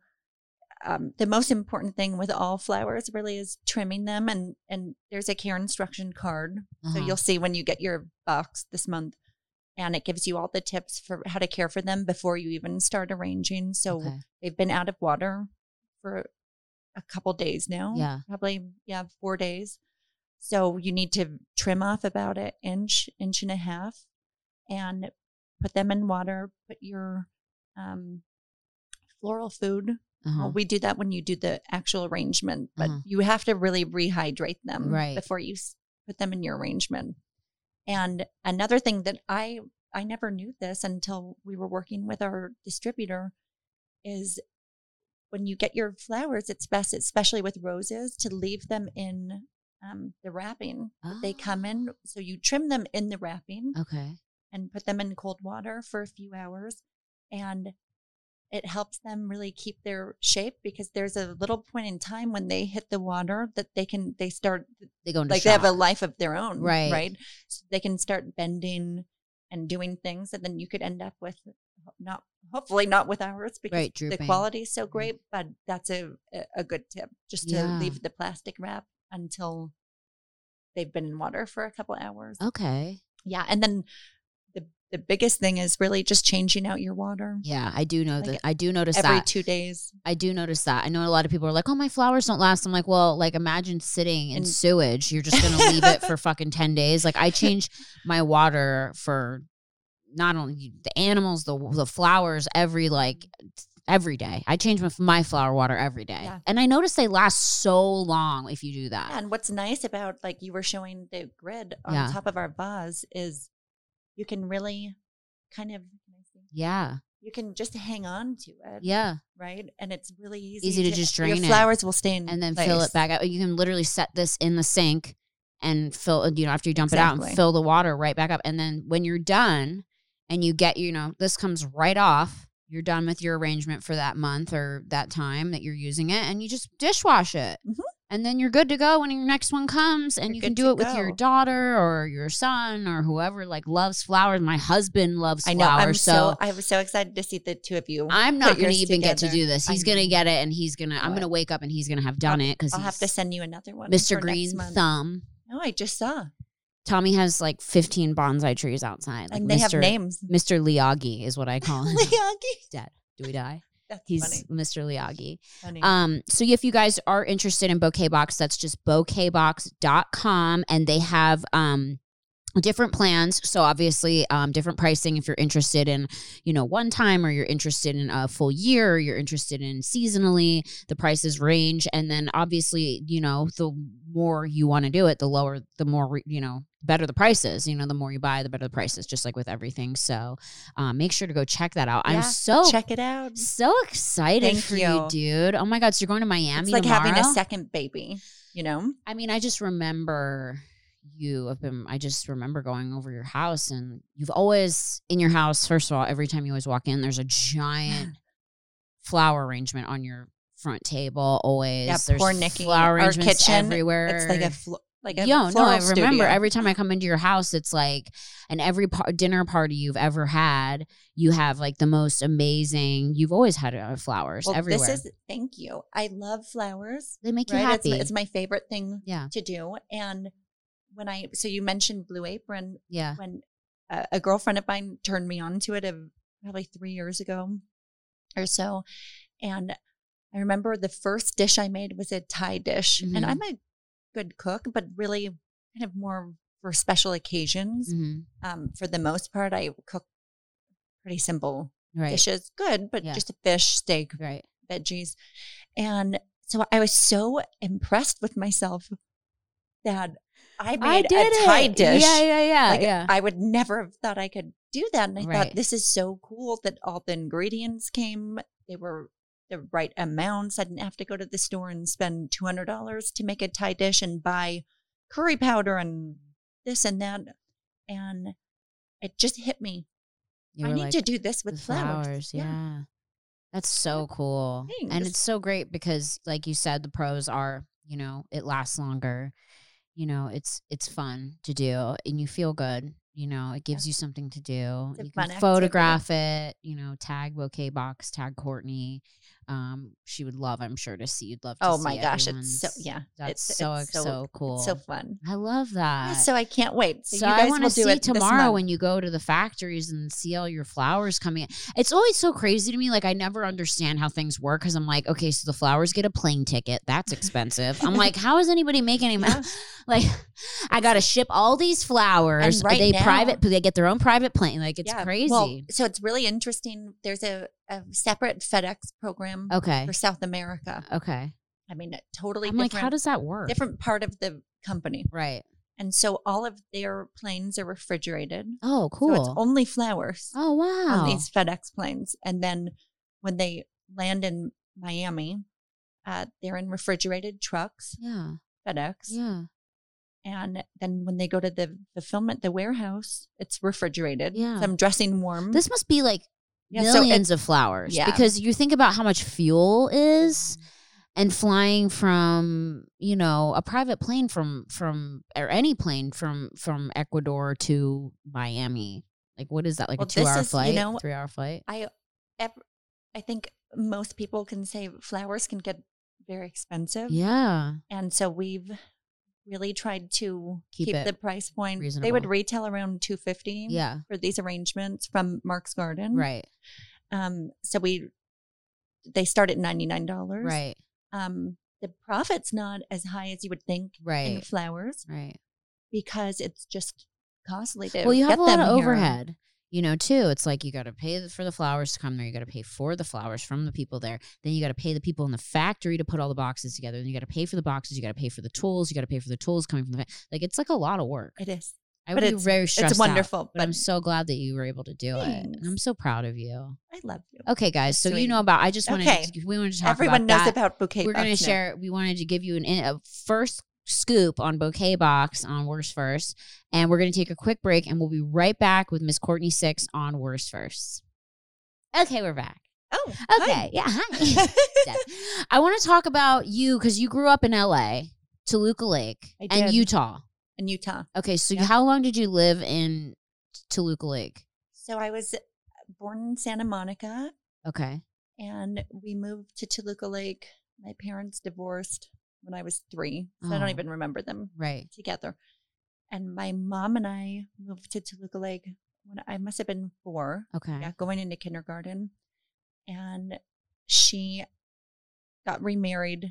Speaker 2: um, the most important thing with all flowers really is trimming them and and there's a care instruction card. So
Speaker 1: Uh-huh.
Speaker 2: you'll see when you get your box this month and it gives you all the tips for how to care for them before you even start arranging. So
Speaker 1: Okay.
Speaker 2: they've been out of water for a couple days now.
Speaker 1: Yeah.
Speaker 2: Probably yeah, 4 days. So you need to trim off about an inch, inch and a half, and put them in water. Put your um, floral food.
Speaker 1: Uh-huh.
Speaker 2: Well, we do that when you do the actual arrangement, but
Speaker 1: Uh-huh.
Speaker 2: you have to really rehydrate them
Speaker 1: Right.
Speaker 2: before you s- put them in your arrangement. And another thing that I I never knew this until we were working with our distributor is when you get your flowers, it's best, especially with roses, to leave them in um, the wrapping. that They come in, so you trim them in the wrapping
Speaker 1: Ah. Okay.
Speaker 2: and put them in cold water for a few hours. And it helps them really keep their shape because there's a little point in time when they hit the water that they can, they start,
Speaker 1: They go into
Speaker 2: like they have a
Speaker 1: shock.
Speaker 2: life of their own.
Speaker 1: Right.
Speaker 2: Right. So they can start bending and doing things. And then you could end up with not, hopefully not with ours because
Speaker 1: right
Speaker 2: the
Speaker 1: drooping. Mm.
Speaker 2: quality is so great, but that's a a- a good tip just to
Speaker 1: Yeah.
Speaker 2: leave the plastic wrap until they've been in water for a couple hours.
Speaker 1: Okay.
Speaker 2: Yeah, and then the the biggest thing is really just changing out your water
Speaker 1: Yeah, I do know
Speaker 2: Like,
Speaker 1: that. I do notice
Speaker 2: every
Speaker 1: that.
Speaker 2: two days.
Speaker 1: I do notice that. I know a lot of people are like, "Oh, my flowers don't last." I'm like, "Well, like imagine sitting in
Speaker 2: And-
Speaker 1: sewage. You're just gonna leave it for fucking ten days." Like I change my water for not only the animals, the the flowers every like every day. I change my, my flower water every day,
Speaker 2: Yeah.
Speaker 1: and I notice they last so long if you do that.
Speaker 2: Yeah, and what's nice about like you were showing the grid on
Speaker 1: Yeah.
Speaker 2: top of our vase is you can really kind of
Speaker 1: Yeah,
Speaker 2: you can just hang on to it,
Speaker 1: yeah,
Speaker 2: right? And it's really easy,
Speaker 1: Easy to just drain it.
Speaker 2: Your flowers will stay in
Speaker 1: and then fill it
Speaker 2: place.
Speaker 1: back out. You can literally set this in the sink and fill. You know, after you dump it out and
Speaker 2: Exactly.
Speaker 1: fill the water right back up, and then when you're done, and you get, you know, this comes right off. You're done with your arrangement for that month or that time that you're using it, and you just dishwash it.
Speaker 2: Mhm.
Speaker 1: And then you're good to go when your next one comes, and
Speaker 2: You're
Speaker 1: you can
Speaker 2: good
Speaker 1: do
Speaker 2: to
Speaker 1: it with your
Speaker 2: go.
Speaker 1: daughter or your son or whoever like loves flowers. My husband loves
Speaker 2: I know.
Speaker 1: flowers,
Speaker 2: I'm
Speaker 1: so
Speaker 2: so, I'm so excited to see the two of you.
Speaker 1: I'm not
Speaker 2: put
Speaker 1: going to
Speaker 2: yours
Speaker 1: even get to
Speaker 2: together.
Speaker 1: do this.
Speaker 2: I
Speaker 1: He's going to
Speaker 2: know.
Speaker 1: get it, and he's going to. I'm
Speaker 2: Know it.
Speaker 1: going to wake up, and he's going to have done it because
Speaker 2: I'll have to send you another one. for
Speaker 1: Mr.
Speaker 2: next
Speaker 1: Green
Speaker 2: month.
Speaker 1: Thumb.
Speaker 2: No, I just saw,
Speaker 1: Tommy has like 15 bonsai trees outside. Like
Speaker 2: and they
Speaker 1: Mr.
Speaker 2: have names. *laughs*
Speaker 1: Mr. Liagi is what I call him.
Speaker 2: Miyagi.
Speaker 1: Dad, do we die?
Speaker 2: That's
Speaker 1: He's
Speaker 2: funny.
Speaker 1: Mr. Liagi.
Speaker 2: funny.
Speaker 1: Um, so if you guys are interested in Bouquet Box, that's just bouquetbox.com and they have um different plans so obviously um different pricing if you're interested in you know one time or you're interested in a full year or you're interested in seasonally the prices range and then obviously you know the more you want to do it the lower the more re- you know better the prices you know the more you buy the better the prices just like with everything so um, make sure to go check that out i'm
Speaker 2: Yeah,
Speaker 1: so
Speaker 2: Check it out.
Speaker 1: so excited
Speaker 2: Thank
Speaker 1: for
Speaker 2: you.
Speaker 1: you. dude. Oh my god, so you're going to Miami
Speaker 2: It's like
Speaker 1: tomorrow?
Speaker 2: having a second baby. You know,
Speaker 1: I mean, I just remember you. I've been. I just remember going over your house, and you've always in your house. First of all, every time you always walk in, there's a
Speaker 2: *sighs*
Speaker 1: giant flower arrangement on your front table. Always,
Speaker 2: Yeah,
Speaker 1: there's
Speaker 2: poor Nikki.
Speaker 1: flower
Speaker 2: Our
Speaker 1: arrangements
Speaker 2: kitchen,
Speaker 1: everywhere.
Speaker 2: it's like a flo- like a
Speaker 1: Yo, no,
Speaker 2: floral
Speaker 1: I remember
Speaker 2: studio.
Speaker 1: every time I come into your house, it's like, and every par- dinner party you've ever had, you have like the most amazing. You've always had uh, flowers
Speaker 2: Well,
Speaker 1: everywhere.
Speaker 2: This is thank you. I love flowers.
Speaker 1: they make you
Speaker 2: Right, it's
Speaker 1: happy.
Speaker 2: my, it's my favorite thing
Speaker 1: yeah,
Speaker 2: to do. And when I so you mentioned Blue Apron,
Speaker 1: yeah.
Speaker 2: when a, a girlfriend of mine turned me on to it of probably three years ago or so. And I remember the first dish I made was a Thai dish.
Speaker 1: Mhm.
Speaker 2: And I'm a good cook, but really kind of more for special occasions.
Speaker 1: hmm
Speaker 2: Um, for the most part, I cook pretty simple
Speaker 1: Right,
Speaker 2: dishes, good, but
Speaker 1: Yeah.
Speaker 2: just a fish, steak,
Speaker 1: right.
Speaker 2: veggies. And so I was so impressed with myself that I made a Thai dish.
Speaker 1: Yeah, yeah, yeah,
Speaker 2: Like,
Speaker 1: yeah.
Speaker 2: I would never have thought I could do that. And I
Speaker 1: Right.
Speaker 2: thought this is so cool that all the ingredients came. They were the right amounts. I didn't have to go to the store and spend two hundred dollars to make a Thai dish and buy curry powder and this and that. And it just hit me.
Speaker 1: You
Speaker 2: I
Speaker 1: were
Speaker 2: need
Speaker 1: like,
Speaker 2: to do this with
Speaker 1: the
Speaker 2: flowers.
Speaker 1: Yeah. That's so cool. And
Speaker 2: Thanks.
Speaker 1: it's so great because like you said the pros are, you know, it lasts longer. You know, it's it's fun to do and you feel good. You know, it gives you something to do.
Speaker 2: It's a
Speaker 1: you
Speaker 2: fun
Speaker 1: can
Speaker 2: activity.
Speaker 1: photograph it, you know, tag bouquet box, tag Courtney. Um, she would love, I'm sure, to see. You'd love. to
Speaker 2: Oh my
Speaker 1: see
Speaker 2: gosh,
Speaker 1: everyone's-
Speaker 2: it's so yeah,
Speaker 1: That's
Speaker 2: it's
Speaker 1: so
Speaker 2: it's
Speaker 1: so, cool.
Speaker 2: it's so fun.
Speaker 1: I love that.
Speaker 2: Yeah, so I can't wait. So,
Speaker 1: So
Speaker 2: you
Speaker 1: I
Speaker 2: guys
Speaker 1: want
Speaker 2: will
Speaker 1: to
Speaker 2: do
Speaker 1: see
Speaker 2: it
Speaker 1: tomorrow
Speaker 2: This month.
Speaker 1: when you go to the factories and see all your flowers coming. in. It's always so crazy to me. Like I never understand how things work because I'm like, okay, so the flowers get a plane ticket. That's expensive. I'm like, how is anybody making any
Speaker 2: *laughs*
Speaker 1: money? *laughs* Like, I got to ship all these flowers.
Speaker 2: And right
Speaker 1: they
Speaker 2: now-
Speaker 1: private. They get their own private plane. Like it's
Speaker 2: Yeah,
Speaker 1: crazy.
Speaker 2: Well, so it's really interesting. There's a, a separate FedEx program
Speaker 1: okay.
Speaker 2: for South America.
Speaker 1: Okay.
Speaker 2: I mean, a totally
Speaker 1: I'm like,
Speaker 2: different,
Speaker 1: how does that work?
Speaker 2: different part of the company.
Speaker 1: Right.
Speaker 2: And so all of their planes are refrigerated.
Speaker 1: Oh,
Speaker 2: So
Speaker 1: cool.
Speaker 2: it's only flowers
Speaker 1: oh wow.
Speaker 2: on these FedEx planes. And then when they land in Miami, uh, they're in refrigerated trucks,
Speaker 1: yeah.
Speaker 2: FedEx.
Speaker 1: Yeah.
Speaker 2: And then when they go to the fulfillment, the warehouse, it's refrigerated.
Speaker 1: Yeah.
Speaker 2: So I'm dressing warm.
Speaker 1: This must be like
Speaker 2: Mm-hmm. Yeah, so
Speaker 1: millions of flowers
Speaker 2: yeah.
Speaker 1: because you think about how much fuel is
Speaker 2: Mm-hmm.
Speaker 1: and flying from you know a private plane from from or any plane from from ecuador to miami like what is that like
Speaker 2: Well,
Speaker 1: a two hour
Speaker 2: this is, you
Speaker 1: flight
Speaker 2: know-
Speaker 1: three hour flight
Speaker 2: I, ev- I think most people can say flowers can get very expensive.
Speaker 1: yeah
Speaker 2: And so we've really tried to
Speaker 1: Keep
Speaker 2: keep,
Speaker 1: it
Speaker 2: the price point. They would
Speaker 1: reasonable.
Speaker 2: retail around 250
Speaker 1: yeah
Speaker 2: for these arrangements from Mark's Garden.
Speaker 1: right
Speaker 2: Um, so we they start at $99.
Speaker 1: right
Speaker 2: Um, the profit's not as high as you would think in
Speaker 1: right
Speaker 2: flowers
Speaker 1: right
Speaker 2: because it's just costly to
Speaker 1: well you have
Speaker 2: get
Speaker 1: a lot
Speaker 2: them
Speaker 1: of
Speaker 2: here.
Speaker 1: overhead you know too it's like you got to pay for the flowers to come there you got to pay for the flowers from the people there then you got to pay the people in the factory to put all the boxes together then you got to pay for the boxes you got to pay for the tools you got to pay for the tools coming from the fa- like it's like a lot of work
Speaker 2: It is.
Speaker 1: i would
Speaker 2: but
Speaker 1: be
Speaker 2: it's-
Speaker 1: very stressed
Speaker 2: It's
Speaker 1: out,
Speaker 2: wonderful,
Speaker 1: but i'm so glad that you were able to do it and i'm
Speaker 2: Thanks.
Speaker 1: so proud of you
Speaker 2: I love you.
Speaker 1: okay guys so
Speaker 2: That's
Speaker 1: you
Speaker 2: sweet.
Speaker 1: know about i just wanted
Speaker 2: Okay.
Speaker 1: to, we wanted to Oh, talk
Speaker 2: Everyone
Speaker 1: about
Speaker 2: knows
Speaker 1: that
Speaker 2: about bouquet.
Speaker 1: we're going
Speaker 2: box
Speaker 1: to
Speaker 2: now.
Speaker 1: share. We wanted to give you an in, a first scoop on Bouquet Box on Worst First, and we're going to take a quick break, and we'll be right back with Miss Courtney Six on Worst First. Okay, we're back.
Speaker 2: Oh,
Speaker 1: Okay, yeah, hi. *laughs* Deb. I want to talk about you because you grew up in L.A., Toluca Lake,
Speaker 2: I
Speaker 1: and
Speaker 2: did.
Speaker 1: Utah.
Speaker 2: *laughs* in Utah.
Speaker 1: Okay, so
Speaker 2: Yep.
Speaker 1: how long did you live in Toluca Lake?
Speaker 2: So I was born in Santa Monica
Speaker 1: Okay,
Speaker 2: and we moved to Toluca Lake. My parents divorced when I was three, so I don't
Speaker 1: Oh.
Speaker 2: even remember them
Speaker 1: right.
Speaker 2: together. And my mom and I moved to Toluca Lake when I must have been four,
Speaker 1: Okay.
Speaker 2: yeah, going into kindergarten. And she got remarried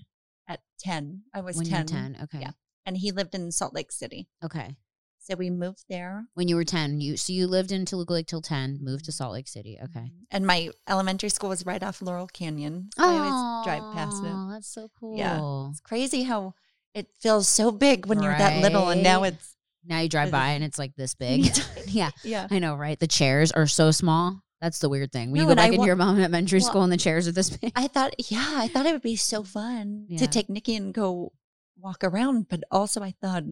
Speaker 2: at 10. I was
Speaker 1: when
Speaker 2: 10,
Speaker 1: you were ten. Okay.
Speaker 2: Yeah. And he lived in Salt Lake City.
Speaker 1: Okay.
Speaker 2: So we moved there.
Speaker 1: When you were ten, you so you lived in Toluca Lake till ten, moved
Speaker 2: Mm-hmm.
Speaker 1: to Salt Lake City. Okay.
Speaker 2: And my elementary school was right off Laurel Canyon. Mm-hmm. So I always drive past it.
Speaker 1: Aw, That's so cool.
Speaker 2: Yeah. It's crazy how it feels so big when you're that little, and now
Speaker 1: Right?
Speaker 2: it's
Speaker 1: Now you drive
Speaker 2: It
Speaker 1: by
Speaker 2: *laughs*
Speaker 1: and it's like this big. *laughs* yeah,
Speaker 2: yeah.
Speaker 1: I know, right? The chairs are so small. That's the weird thing. When you
Speaker 2: No,
Speaker 1: go
Speaker 2: and I
Speaker 1: back into
Speaker 2: wa-
Speaker 1: your mom elementary
Speaker 2: Well,
Speaker 1: school and the chairs are this big.
Speaker 2: I thought, yeah, I thought it would be so fun
Speaker 1: Yeah.
Speaker 2: to take Nikki and go walk around, but also I thought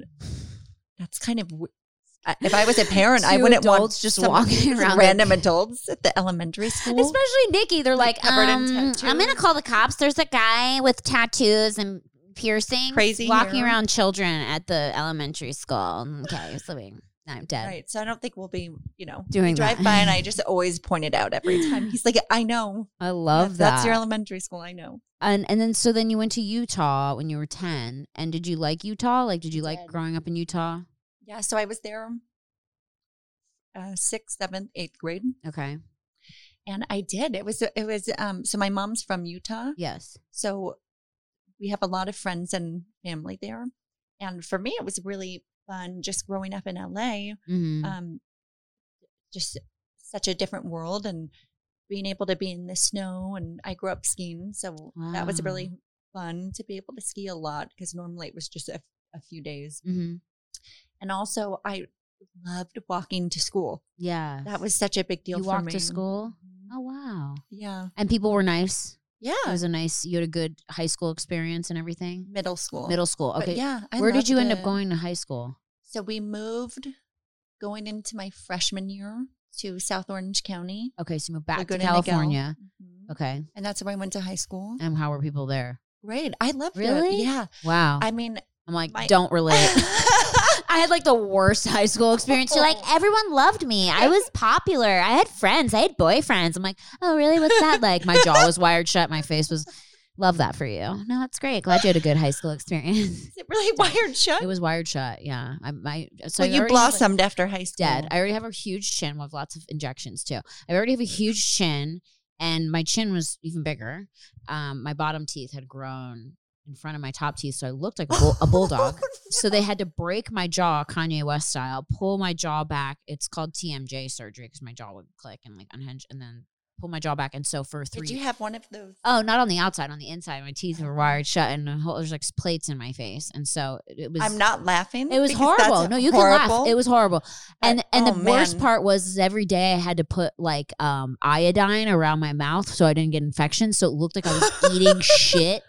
Speaker 2: that's kind of. w- *laughs* I- If I was a parent, I
Speaker 1: Two
Speaker 2: wouldn't want
Speaker 1: adults just
Speaker 2: some
Speaker 1: walking
Speaker 2: *laughs*
Speaker 1: around, like-
Speaker 2: random adults at the elementary
Speaker 1: *laughs*
Speaker 2: school.
Speaker 1: Especially Nikki, they're
Speaker 2: Like
Speaker 1: like,
Speaker 2: covered in
Speaker 1: um, I'm gonna
Speaker 2: tattoos.
Speaker 1: call the cops. There's a guy with tattoos and piercings,
Speaker 2: Crazy
Speaker 1: walking
Speaker 2: hair.
Speaker 1: around children at the elementary school. Okay, you're sleeping. No, I'm dead.
Speaker 2: Right, so I don't think we'll be, you know,
Speaker 1: Doing
Speaker 2: drive
Speaker 1: that. *laughs*
Speaker 2: by, and I just always point it out every time. He's like, "I know,
Speaker 1: I love
Speaker 2: that's,
Speaker 1: that.
Speaker 2: that's your elementary school. I know."
Speaker 1: And and then so then you went to Utah when you were ten. And did you like Utah? Like did you like
Speaker 2: did.
Speaker 1: growing up in Utah?
Speaker 2: Yeah, so I was there, uh, sixth, seventh, eighth grade,
Speaker 1: Okay.
Speaker 2: Uh-huh. and I did. It was it was um. So my mom's from Utah,
Speaker 1: Yes.
Speaker 2: so we have a lot of friends and family there, and for me it was really fun just growing up in LA.
Speaker 1: Mm-hmm.
Speaker 2: Um, just such a different world and being able to be in the snow and I grew up skiing, so that was
Speaker 1: Wow.
Speaker 2: really fun to be able to ski a lot because normally it was just a, a few days.
Speaker 1: mm-hmm.
Speaker 2: And also I loved walking to school.
Speaker 1: Yeah.
Speaker 2: That was such a big deal
Speaker 1: you
Speaker 2: for
Speaker 1: walked
Speaker 2: me.
Speaker 1: to school.
Speaker 2: Mhm.
Speaker 1: Oh wow!
Speaker 2: Yeah.
Speaker 1: And people were nice. It
Speaker 2: Yeah.
Speaker 1: was a nice. You had a good high school experience and everything.
Speaker 2: Middle school.
Speaker 1: Middle school.
Speaker 2: But
Speaker 1: Okay.
Speaker 2: yeah. I
Speaker 1: Where did you
Speaker 2: loved
Speaker 1: end up
Speaker 2: it.
Speaker 1: going to high school?
Speaker 2: So we moved going into my freshman year to South Orange County.
Speaker 1: Okay, so you moved back to
Speaker 2: Laguna Niguel.
Speaker 1: California.
Speaker 2: Mhm.
Speaker 1: Okay.
Speaker 2: And that's where I went to high school.
Speaker 1: And how were people there?
Speaker 2: Great. I loved
Speaker 1: Really?
Speaker 2: it. Yeah.
Speaker 1: Wow. I,
Speaker 2: I mean,
Speaker 1: am like,
Speaker 2: my-
Speaker 1: don't relate. I had like the worst *laughs* high school experience. You're like, everyone loved me. I was popular. I had friends. I had boyfriends. I'm like, oh, really? What's that like? My jaw was wired shut. My face was, *laughs* love that for you. Oh, No, it's great. Glad you had a good *laughs* high school experience.
Speaker 2: *laughs* Is it really wired shut?
Speaker 1: It was wired shut. Yeah. I, my, so
Speaker 2: So
Speaker 1: I
Speaker 2: you
Speaker 1: already have, like,
Speaker 2: blossomed after high school.
Speaker 1: dead.
Speaker 2: *laughs*
Speaker 1: I already have a huge chin with lots of injections too. I already have a huge chin, and my chin was even bigger. Um, my bottom teeth had grown in front of my top teeth, so I looked like a, *laughs* bull- a bulldog. So they had to break my jaw, Kanye West style, pull my jaw back. It's called TMJ surgery because my jaw would click and like unhinge, and then pull my jaw back. And so for three,
Speaker 2: *laughs* Did you have one of those?
Speaker 1: oh, not on the outside, on the inside, my teeth were wired shut, and a whole, there's like plates in my face, and so it it was.
Speaker 2: I'm not laughing.
Speaker 1: It was
Speaker 2: Mm, because that's
Speaker 1: horrible. No, you can laugh.
Speaker 2: horrible.
Speaker 1: It was horrible. And
Speaker 2: I-
Speaker 1: and the
Speaker 2: oh,
Speaker 1: worst
Speaker 2: man.
Speaker 1: part was is every day I had to put like um iodine around my mouth so I didn't get infections. So it looked like I
Speaker 2: *laughs*
Speaker 1: was eating shit.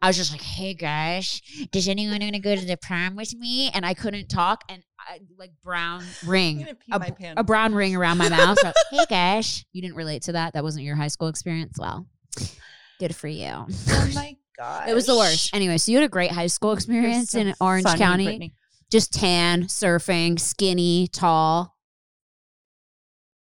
Speaker 1: I was just like, "Hey guys, does anyone want to go to the prom with me?" And I couldn't talk, and I, like brown
Speaker 2: I'm
Speaker 1: ring,
Speaker 2: gonna pee
Speaker 1: a,
Speaker 2: my
Speaker 1: br-
Speaker 2: pants.
Speaker 1: a brown ring around my mouth.
Speaker 2: *laughs*
Speaker 1: So, hey guys, you didn't relate to that. That wasn't your high school experience. Well, good for you. *laughs*
Speaker 2: oh my god.
Speaker 1: It was the worst. Anyway, so you had a great high school experience in Orange County just tan, surfing, skinny, tall.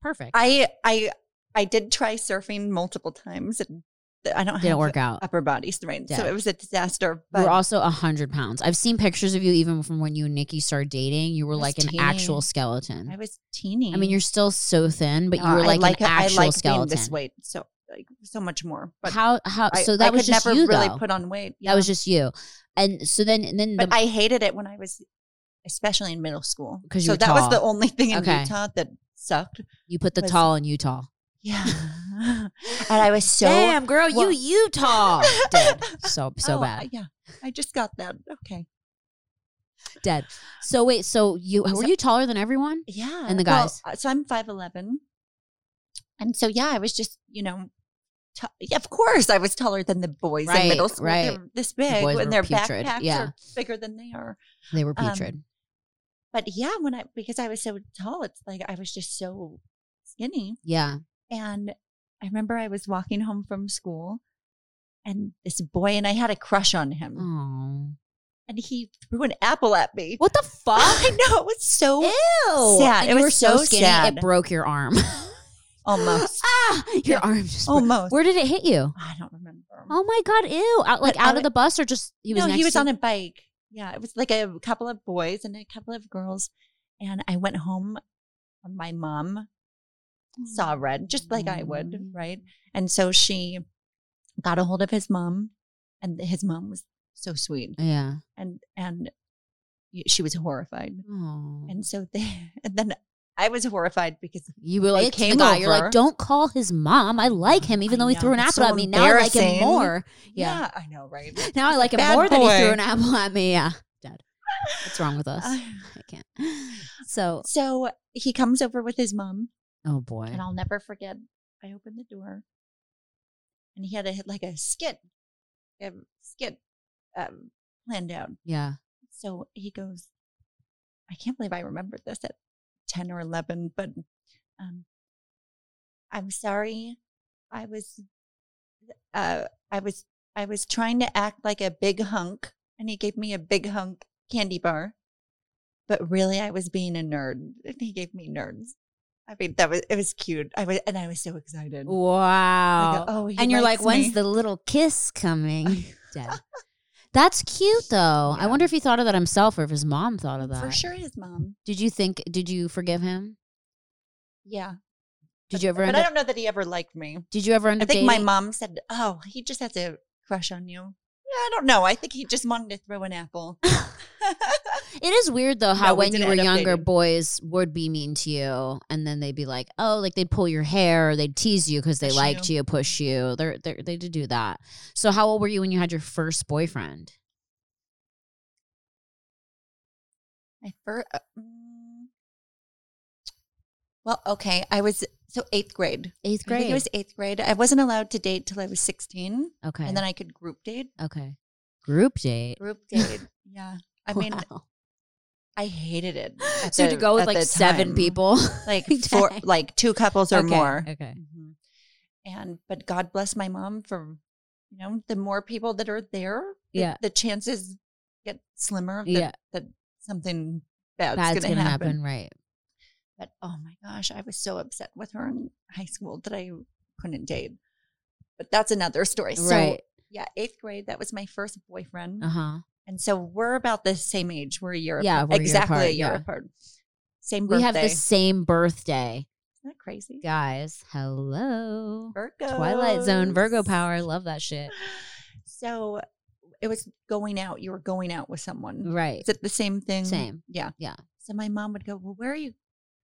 Speaker 1: Perfect.
Speaker 2: I I I did try surfing multiple times, and th- I don't have
Speaker 1: Didn't work out.
Speaker 2: upper body strength, so
Speaker 1: Yeah.
Speaker 2: it was a disaster.
Speaker 1: You
Speaker 2: But
Speaker 1: were also a hundred pounds. I've seen pictures of you even from when you and Nikki started dating. You were
Speaker 2: was
Speaker 1: like an
Speaker 2: teeny.
Speaker 1: actual
Speaker 2: I
Speaker 1: skeleton.
Speaker 2: was teeny.
Speaker 1: I mean, you're still so thin, but you
Speaker 2: Uh,
Speaker 1: were
Speaker 2: I
Speaker 1: like, an
Speaker 2: it-
Speaker 1: actual
Speaker 2: I like
Speaker 1: skeleton.
Speaker 2: Being this weight, so like so much more. But
Speaker 1: how how
Speaker 2: I,
Speaker 1: so that
Speaker 2: I
Speaker 1: was
Speaker 2: could
Speaker 1: just
Speaker 2: never
Speaker 1: you
Speaker 2: really
Speaker 1: though.
Speaker 2: put on weight.
Speaker 1: That was just you. And so then and then
Speaker 2: But
Speaker 1: the,
Speaker 2: I hated it when I was, especially in middle school,
Speaker 1: 'Cause you
Speaker 2: so
Speaker 1: were
Speaker 2: that was the
Speaker 1: tall.
Speaker 2: only thing in
Speaker 1: Okay.
Speaker 2: Utah that sucked.
Speaker 1: you put the
Speaker 2: was-
Speaker 1: tall in Utah. *laughs*
Speaker 2: Yeah, and I was so
Speaker 1: Damn, girl,
Speaker 2: well-
Speaker 1: you Utah. *laughs* Dead.
Speaker 2: *laughs*
Speaker 1: So so
Speaker 2: Oh,
Speaker 1: bad.
Speaker 2: Yeah, I just got that. Okay.
Speaker 1: Dead. So wait, so you were
Speaker 2: So-
Speaker 1: you taller than everyone?
Speaker 2: Yeah.
Speaker 1: And the
Speaker 2: Well,
Speaker 1: guys.
Speaker 2: uh, so I'm 5'11. And so, yeah, I was just, you know, t- yeah, of course I was taller than the boys
Speaker 1: Right,
Speaker 2: in middle school.
Speaker 1: right.
Speaker 2: They're this big
Speaker 1: boys
Speaker 2: when
Speaker 1: were
Speaker 2: their
Speaker 1: putrid,
Speaker 2: backpacks
Speaker 1: yeah.
Speaker 2: are bigger than they are.
Speaker 1: They were
Speaker 2: Um,
Speaker 1: putrid.
Speaker 2: But yeah, when I, because I was so tall, it's like I was just so skinny.
Speaker 1: yeah.
Speaker 2: And I remember I was walking home from school and this boy, and I had a crush on him,
Speaker 1: Oh.
Speaker 2: and he threw an apple at me.
Speaker 1: What the
Speaker 2: I
Speaker 1: fuck?
Speaker 2: know, it was
Speaker 1: *laughs*
Speaker 2: so
Speaker 1: Ew.
Speaker 2: Sad.
Speaker 1: And
Speaker 2: It
Speaker 1: you
Speaker 2: was
Speaker 1: were so,
Speaker 2: so
Speaker 1: skinny.
Speaker 2: sad.
Speaker 1: It broke your arm. *laughs*
Speaker 2: almost,
Speaker 1: ah, your
Speaker 2: Yeah.
Speaker 1: arm just. broke.
Speaker 2: almost.
Speaker 1: Where did it hit you?
Speaker 2: I don't remember.
Speaker 1: Oh my god! Ew. Out like
Speaker 2: But
Speaker 1: out
Speaker 2: I-
Speaker 1: of the bus or just he was.
Speaker 2: no,
Speaker 1: next
Speaker 2: he was
Speaker 1: to
Speaker 2: on a bike. Yeah, it was like a couple of boys and a couple of girls, and I went home. and My mom saw red, just like I would,
Speaker 1: Mm.
Speaker 2: right? And so she got a hold of his mom, and his mom was so sweet,
Speaker 1: Yeah.
Speaker 2: and and y- she was horrified.
Speaker 1: Oh.
Speaker 2: And so they, and then *laughs* I was horrified because
Speaker 1: you were like,
Speaker 2: came
Speaker 1: the guy. You're
Speaker 2: over.
Speaker 1: like, don't call his mom. I like him, even
Speaker 2: I
Speaker 1: though he
Speaker 2: know,
Speaker 1: threw an
Speaker 2: it's
Speaker 1: apple
Speaker 2: so
Speaker 1: at me. Now I like him
Speaker 2: embarrassing.
Speaker 1: more.
Speaker 2: yeah,
Speaker 1: Yeah.
Speaker 2: I know,
Speaker 1: *laughs*
Speaker 2: right?
Speaker 1: Now I like him
Speaker 2: Bad
Speaker 1: more than he
Speaker 2: boy.
Speaker 1: threw an apple at me. Yeah. Dad.
Speaker 2: *laughs*
Speaker 1: What's wrong with us? I can't. *sighs* So.
Speaker 2: so he comes over with his mom,
Speaker 1: Oh boy.
Speaker 2: And I'll never forget. I opened the door, and he had a like a skit, um, skit um, planned out.
Speaker 1: Yeah.
Speaker 2: So he goes, "I can't believe I remembered this at ten or eleven, but um, I'm sorry, I was, uh, I was, I was trying to act like a big hunk, and he gave me a big hunk candy bar." But really, I was being a nerd, and he gave me nerds. I mean, that was it was cute. I was, and I was so excited. I
Speaker 1: Wow.
Speaker 2: go, oh, he
Speaker 1: and you're like,
Speaker 2: likes
Speaker 1: when's
Speaker 2: me."
Speaker 1: the little kiss
Speaker 2: *laughs*
Speaker 1: coming? Dead. That's cute though. I
Speaker 2: Yeah.
Speaker 1: wonder if he thought of that himself or if his mom thought of that.
Speaker 2: for sure his mom?
Speaker 1: Did you think? Did you forgive him?
Speaker 2: Yeah,
Speaker 1: Did you ever?
Speaker 2: but
Speaker 1: End
Speaker 2: I
Speaker 1: up,
Speaker 2: don't know that he ever liked me.
Speaker 1: did you ever end
Speaker 2: I
Speaker 1: up
Speaker 2: think my
Speaker 1: dating-
Speaker 2: mom said, "Oh, he just has a crush on you." Yeah, I don't know. I think he just wanted to throw
Speaker 1: *laughs*
Speaker 2: an apple.
Speaker 1: It is weird though how
Speaker 2: No, we
Speaker 1: when you
Speaker 2: didn't
Speaker 1: were
Speaker 2: end up
Speaker 1: younger,
Speaker 2: dating.
Speaker 1: boys would be mean to you, and then they'd be like, "Oh, like they'd pull your hair, or they'd tease you because they
Speaker 2: Push
Speaker 1: liked you, push you." They're, they're they did do that. So how old were you when you had your first boyfriend?
Speaker 2: my first, uh, mm. well, okay, I was so eighth grade.
Speaker 1: Eighth
Speaker 2: I
Speaker 1: grade.
Speaker 2: think it was eighth grade. I wasn't allowed to date till I was sixteen,
Speaker 1: okay.
Speaker 2: and then I could group date.
Speaker 1: okay. Group date.
Speaker 2: Group date. *laughs* yeah, I mean,
Speaker 1: *laughs* Wow.
Speaker 2: I hated it. at
Speaker 1: so to
Speaker 2: the-
Speaker 1: go with
Speaker 2: at
Speaker 1: like
Speaker 2: the
Speaker 1: seven
Speaker 2: time.
Speaker 1: people *laughs*
Speaker 2: like four,
Speaker 1: Dang.
Speaker 2: like two couples
Speaker 1: *laughs*
Speaker 2: or
Speaker 1: Okay,
Speaker 2: more.
Speaker 1: Okay.
Speaker 2: Mhm. And but God bless my mom for you know the more people that are there, the,
Speaker 1: Yeah.
Speaker 2: the chances get slimmer that,
Speaker 1: Yeah.
Speaker 2: that something that's,
Speaker 1: That's
Speaker 2: going to happen.
Speaker 1: right?
Speaker 2: But oh my gosh, I was so upset with her in high school that I couldn't date. But that's another story. So
Speaker 1: right.
Speaker 2: yeah, eighth grade, that was my first boyfriend.
Speaker 1: Uh huh.
Speaker 2: And so we're about the same age. We're a year
Speaker 1: Yeah,
Speaker 2: apart.
Speaker 1: we're a year
Speaker 2: exactly
Speaker 1: apart,
Speaker 2: a year
Speaker 1: yeah.
Speaker 2: apart. Same birthday.
Speaker 1: We have the same birthday,
Speaker 2: Isn't that crazy?
Speaker 1: guys. Hello,
Speaker 2: Virgo.
Speaker 1: Twilight Zone, Virgo power. Love that shit.
Speaker 2: So it was going out. You were going out with someone.
Speaker 1: Right.
Speaker 2: Is it the same thing?
Speaker 1: Same.
Speaker 2: Yeah.
Speaker 1: Yeah.
Speaker 2: So my mom would go, Well, where
Speaker 1: *sighs*
Speaker 2: are you?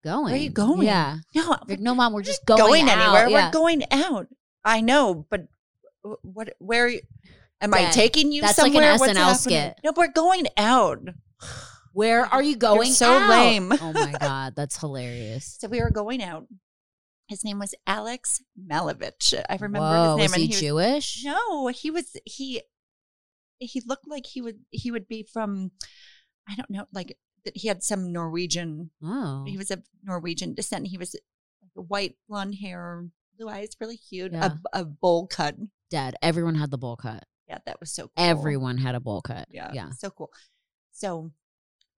Speaker 1: Going.
Speaker 2: Where are you going?
Speaker 1: Yeah.
Speaker 2: No, we're
Speaker 1: Like, no, mom, we're just
Speaker 2: not
Speaker 1: going, out.
Speaker 2: anywhere.
Speaker 1: Yeah.
Speaker 2: We're going out. I know, but wh- what, where are you? Am I
Speaker 1: Dead.
Speaker 2: taking you
Speaker 1: That's like an
Speaker 2: somewhere? What's
Speaker 1: SNL
Speaker 2: happening?
Speaker 1: skit.
Speaker 2: No, we're going out. *sighs*
Speaker 1: Where are you going?
Speaker 2: so
Speaker 1: out?
Speaker 2: lame.
Speaker 1: oh
Speaker 2: *laughs*
Speaker 1: my god, that's hilarious.
Speaker 2: So we were going out. His name was Alex Malevich. I remember
Speaker 1: Whoa,
Speaker 2: his name.
Speaker 1: was he,
Speaker 2: was-
Speaker 1: Jewish?
Speaker 2: No, he was he he looked like he would he would be from I don't know, like that he had some Norwegian
Speaker 1: Oh,
Speaker 2: he was of Norwegian descent. He was like white, blonde hair, blue eyes, really cute,
Speaker 1: Yeah.
Speaker 2: a, a bowl cut.
Speaker 1: dead. Everyone had the bowl cut.
Speaker 2: Yeah, that was so cool.
Speaker 1: Everyone had a bowl cut.
Speaker 2: Yeah.
Speaker 1: yeah.
Speaker 2: So cool. So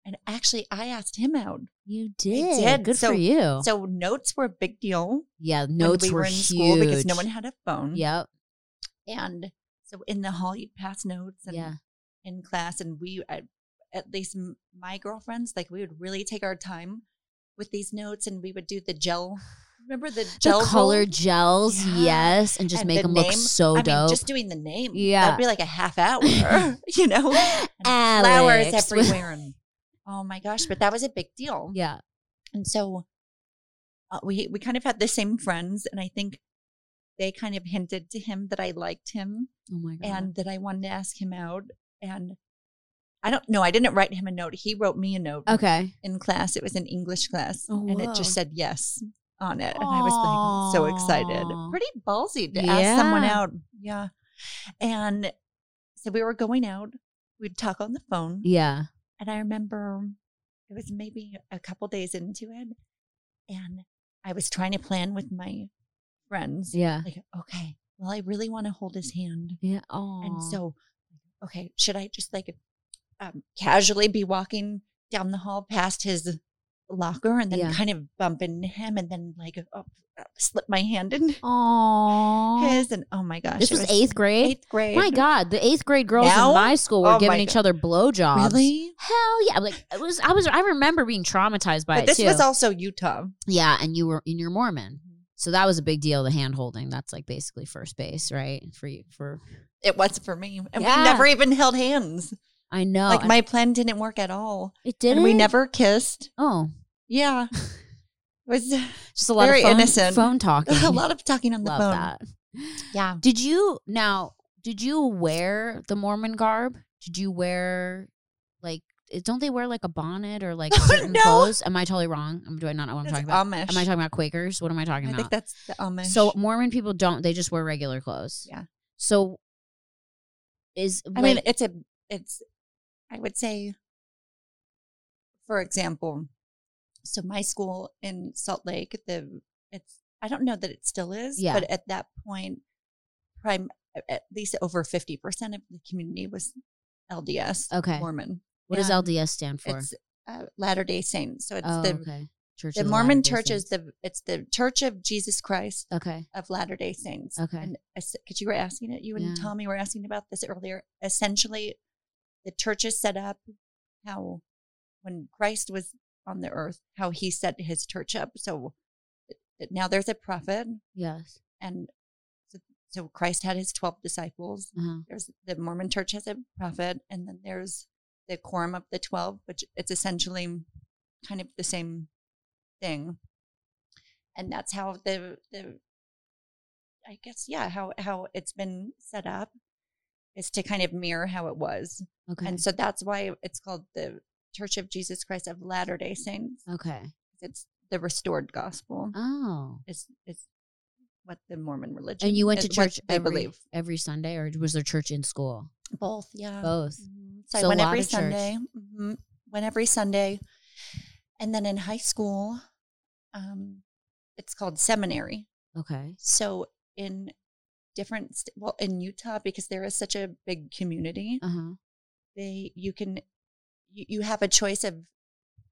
Speaker 2: and actually I asked him out.
Speaker 1: You did.
Speaker 2: did.
Speaker 1: Good
Speaker 2: So-
Speaker 1: for you.
Speaker 2: So notes were a big deal
Speaker 1: yeah, Oh. notes
Speaker 2: when we were, in
Speaker 1: huge.
Speaker 2: school because no one had a phone.
Speaker 1: Yep.
Speaker 2: And so in the hall you'd pass notes and
Speaker 1: Yeah.
Speaker 2: in class and we at, at least m- my girlfriends like we would really take our time with these notes and we would do the gel remember the gel
Speaker 1: The color
Speaker 2: roll?
Speaker 1: gels,
Speaker 2: Yeah.
Speaker 1: yes, and just
Speaker 2: And
Speaker 1: make
Speaker 2: the
Speaker 1: them look
Speaker 2: name.
Speaker 1: so
Speaker 2: I mean,
Speaker 1: dope.
Speaker 2: just doing the name
Speaker 1: Yeah.
Speaker 2: that'd be like a
Speaker 1: *laughs*
Speaker 2: half hour *laughs* you know *gasps* And flowers
Speaker 1: Alex.
Speaker 2: everywhere and oh my gosh but that was a big deal
Speaker 1: *laughs* yeah.
Speaker 2: and so uh, we we kind of had the same friends and i think they kind of hinted to him that i liked him
Speaker 1: Oh my god.
Speaker 2: and that I wanted to ask him out. And I don't know, I didn't write him a note. He wrote me a note
Speaker 1: okay.
Speaker 2: in class. It was an English class,
Speaker 1: Oh,
Speaker 2: and it
Speaker 1: wow.
Speaker 2: just said yes on it. And I was like so excited.
Speaker 1: Aw.
Speaker 2: Pretty ballsy to ask someone
Speaker 1: Yeah.
Speaker 2: out. Yeah. And so we were going out, we'd talk on the phone.
Speaker 1: Yeah.
Speaker 2: And I remember it was maybe a couple days into it, and I was trying to plan with my friends.
Speaker 1: Yeah.
Speaker 2: Like, okay, well, I really want to hold his hand.
Speaker 1: Yeah. Oh.
Speaker 2: And so, okay, should I just like um, casually be walking down the hall past his locker and then
Speaker 1: Yeah.
Speaker 2: kind of bump into him and then like oh, uh, slip my hand in
Speaker 1: Aww.
Speaker 2: his? And oh my gosh,
Speaker 1: This
Speaker 2: it
Speaker 1: was eighth grade.
Speaker 2: Eighth grade.
Speaker 1: My God, the eighth grade girls
Speaker 2: Now?
Speaker 1: in my school were
Speaker 2: Oh my
Speaker 1: giving each
Speaker 2: God.
Speaker 1: other blowjobs.
Speaker 2: Really?
Speaker 1: Hell yeah! Like it was, I was, I remember being traumatized by
Speaker 2: But
Speaker 1: it
Speaker 2: this
Speaker 1: too.
Speaker 2: was Mm-hmm. also Utah.
Speaker 1: yeah, and you were, and you're Mormon, so that was a big deal. The hand holding, that's like basically first base, right? For you, for
Speaker 2: It was for me. And
Speaker 1: Yeah. Oh,
Speaker 2: we never even held hands.
Speaker 1: I know,
Speaker 2: like
Speaker 1: and
Speaker 2: my plan didn't work at all.
Speaker 1: it did.
Speaker 2: and we never kissed.
Speaker 1: Oh, *laughs*
Speaker 2: Yeah. It was
Speaker 1: just a lot
Speaker 2: Very
Speaker 1: of phone,
Speaker 2: innocent.
Speaker 1: phone talking.
Speaker 2: *laughs* a lot of talking on
Speaker 1: *laughs*
Speaker 2: the
Speaker 1: Love
Speaker 2: phone.
Speaker 1: that.
Speaker 2: Yeah.
Speaker 1: Did you now? Did you wear the Mormon garb? Did you wear like? eh, Don't they wear like a bonnet or
Speaker 2: *laughs*
Speaker 1: like certain
Speaker 2: Oh, No.
Speaker 1: clothes? Am I totally wrong? Um, Do I not know what I'm
Speaker 2: That's
Speaker 1: talking about?
Speaker 2: Amish.
Speaker 1: Am I talking about Quakers? What am I talking
Speaker 2: I
Speaker 1: about?
Speaker 2: think that's the Amish.
Speaker 1: So Mormon people don't. They just wear regular clothes.
Speaker 2: Yeah.
Speaker 1: So is
Speaker 2: I
Speaker 1: like,
Speaker 2: mean, it's a, it's, I would say, for example, so my school in Salt Lake, the, it's, I don't know that it still is,
Speaker 1: Yeah.
Speaker 2: but at that point, prime, at least over 50% of the community was LDS,
Speaker 1: Okay.
Speaker 2: Mormon.
Speaker 1: what does
Speaker 2: yeah.
Speaker 1: LDS stand for?
Speaker 2: It's uh, Latter day Saints. So it's
Speaker 1: oh,
Speaker 2: the,
Speaker 1: okay. Church
Speaker 2: the
Speaker 1: of
Speaker 2: Mormon
Speaker 1: Latter-day
Speaker 2: church is
Speaker 1: Saints.
Speaker 2: the, it's the Church of Jesus Christ
Speaker 1: okay.
Speaker 2: of Latter Day Saints.
Speaker 1: Okay.
Speaker 2: and because you were asking it, you and
Speaker 1: Yeah.
Speaker 2: Tommy were asking about this earlier. Essentially, the church is set up how when Christ was on the earth, how he set his church up. So it- now there's a prophet,
Speaker 1: Yes.
Speaker 2: and so, so Christ had his twelve disciples.
Speaker 1: Uh-huh.
Speaker 2: There's the Mormon church has a prophet, and then there's the quorum of the twelve, which it's essentially kind of the same thing. And that's how the the I guess yeah, how how it's been set up is to kind of mirror how it was.
Speaker 1: Okay.
Speaker 2: And so that's why it's called the Church of Jesus Christ of Latter-day Saints.
Speaker 1: okay.
Speaker 2: It's the restored gospel.
Speaker 1: Oh.
Speaker 2: It's it's what the Mormon religion
Speaker 1: And you went
Speaker 2: is,
Speaker 1: to
Speaker 2: what
Speaker 1: church
Speaker 2: they
Speaker 1: every
Speaker 2: believe.
Speaker 1: every Sunday, or was there church in school?
Speaker 2: Both, yeah.
Speaker 1: Both.
Speaker 2: Mhm. So,
Speaker 1: So
Speaker 2: I went
Speaker 1: a lot
Speaker 2: every
Speaker 1: of church.
Speaker 2: Sunday. Mhm. Went every Sunday. And then in high school, um, it's called seminary.
Speaker 1: Okay.
Speaker 2: So in different, st- well, in Utah, because there is such a
Speaker 1: Uh-huh.
Speaker 2: big community,
Speaker 1: Uh huh.
Speaker 2: they you can you, you have a choice of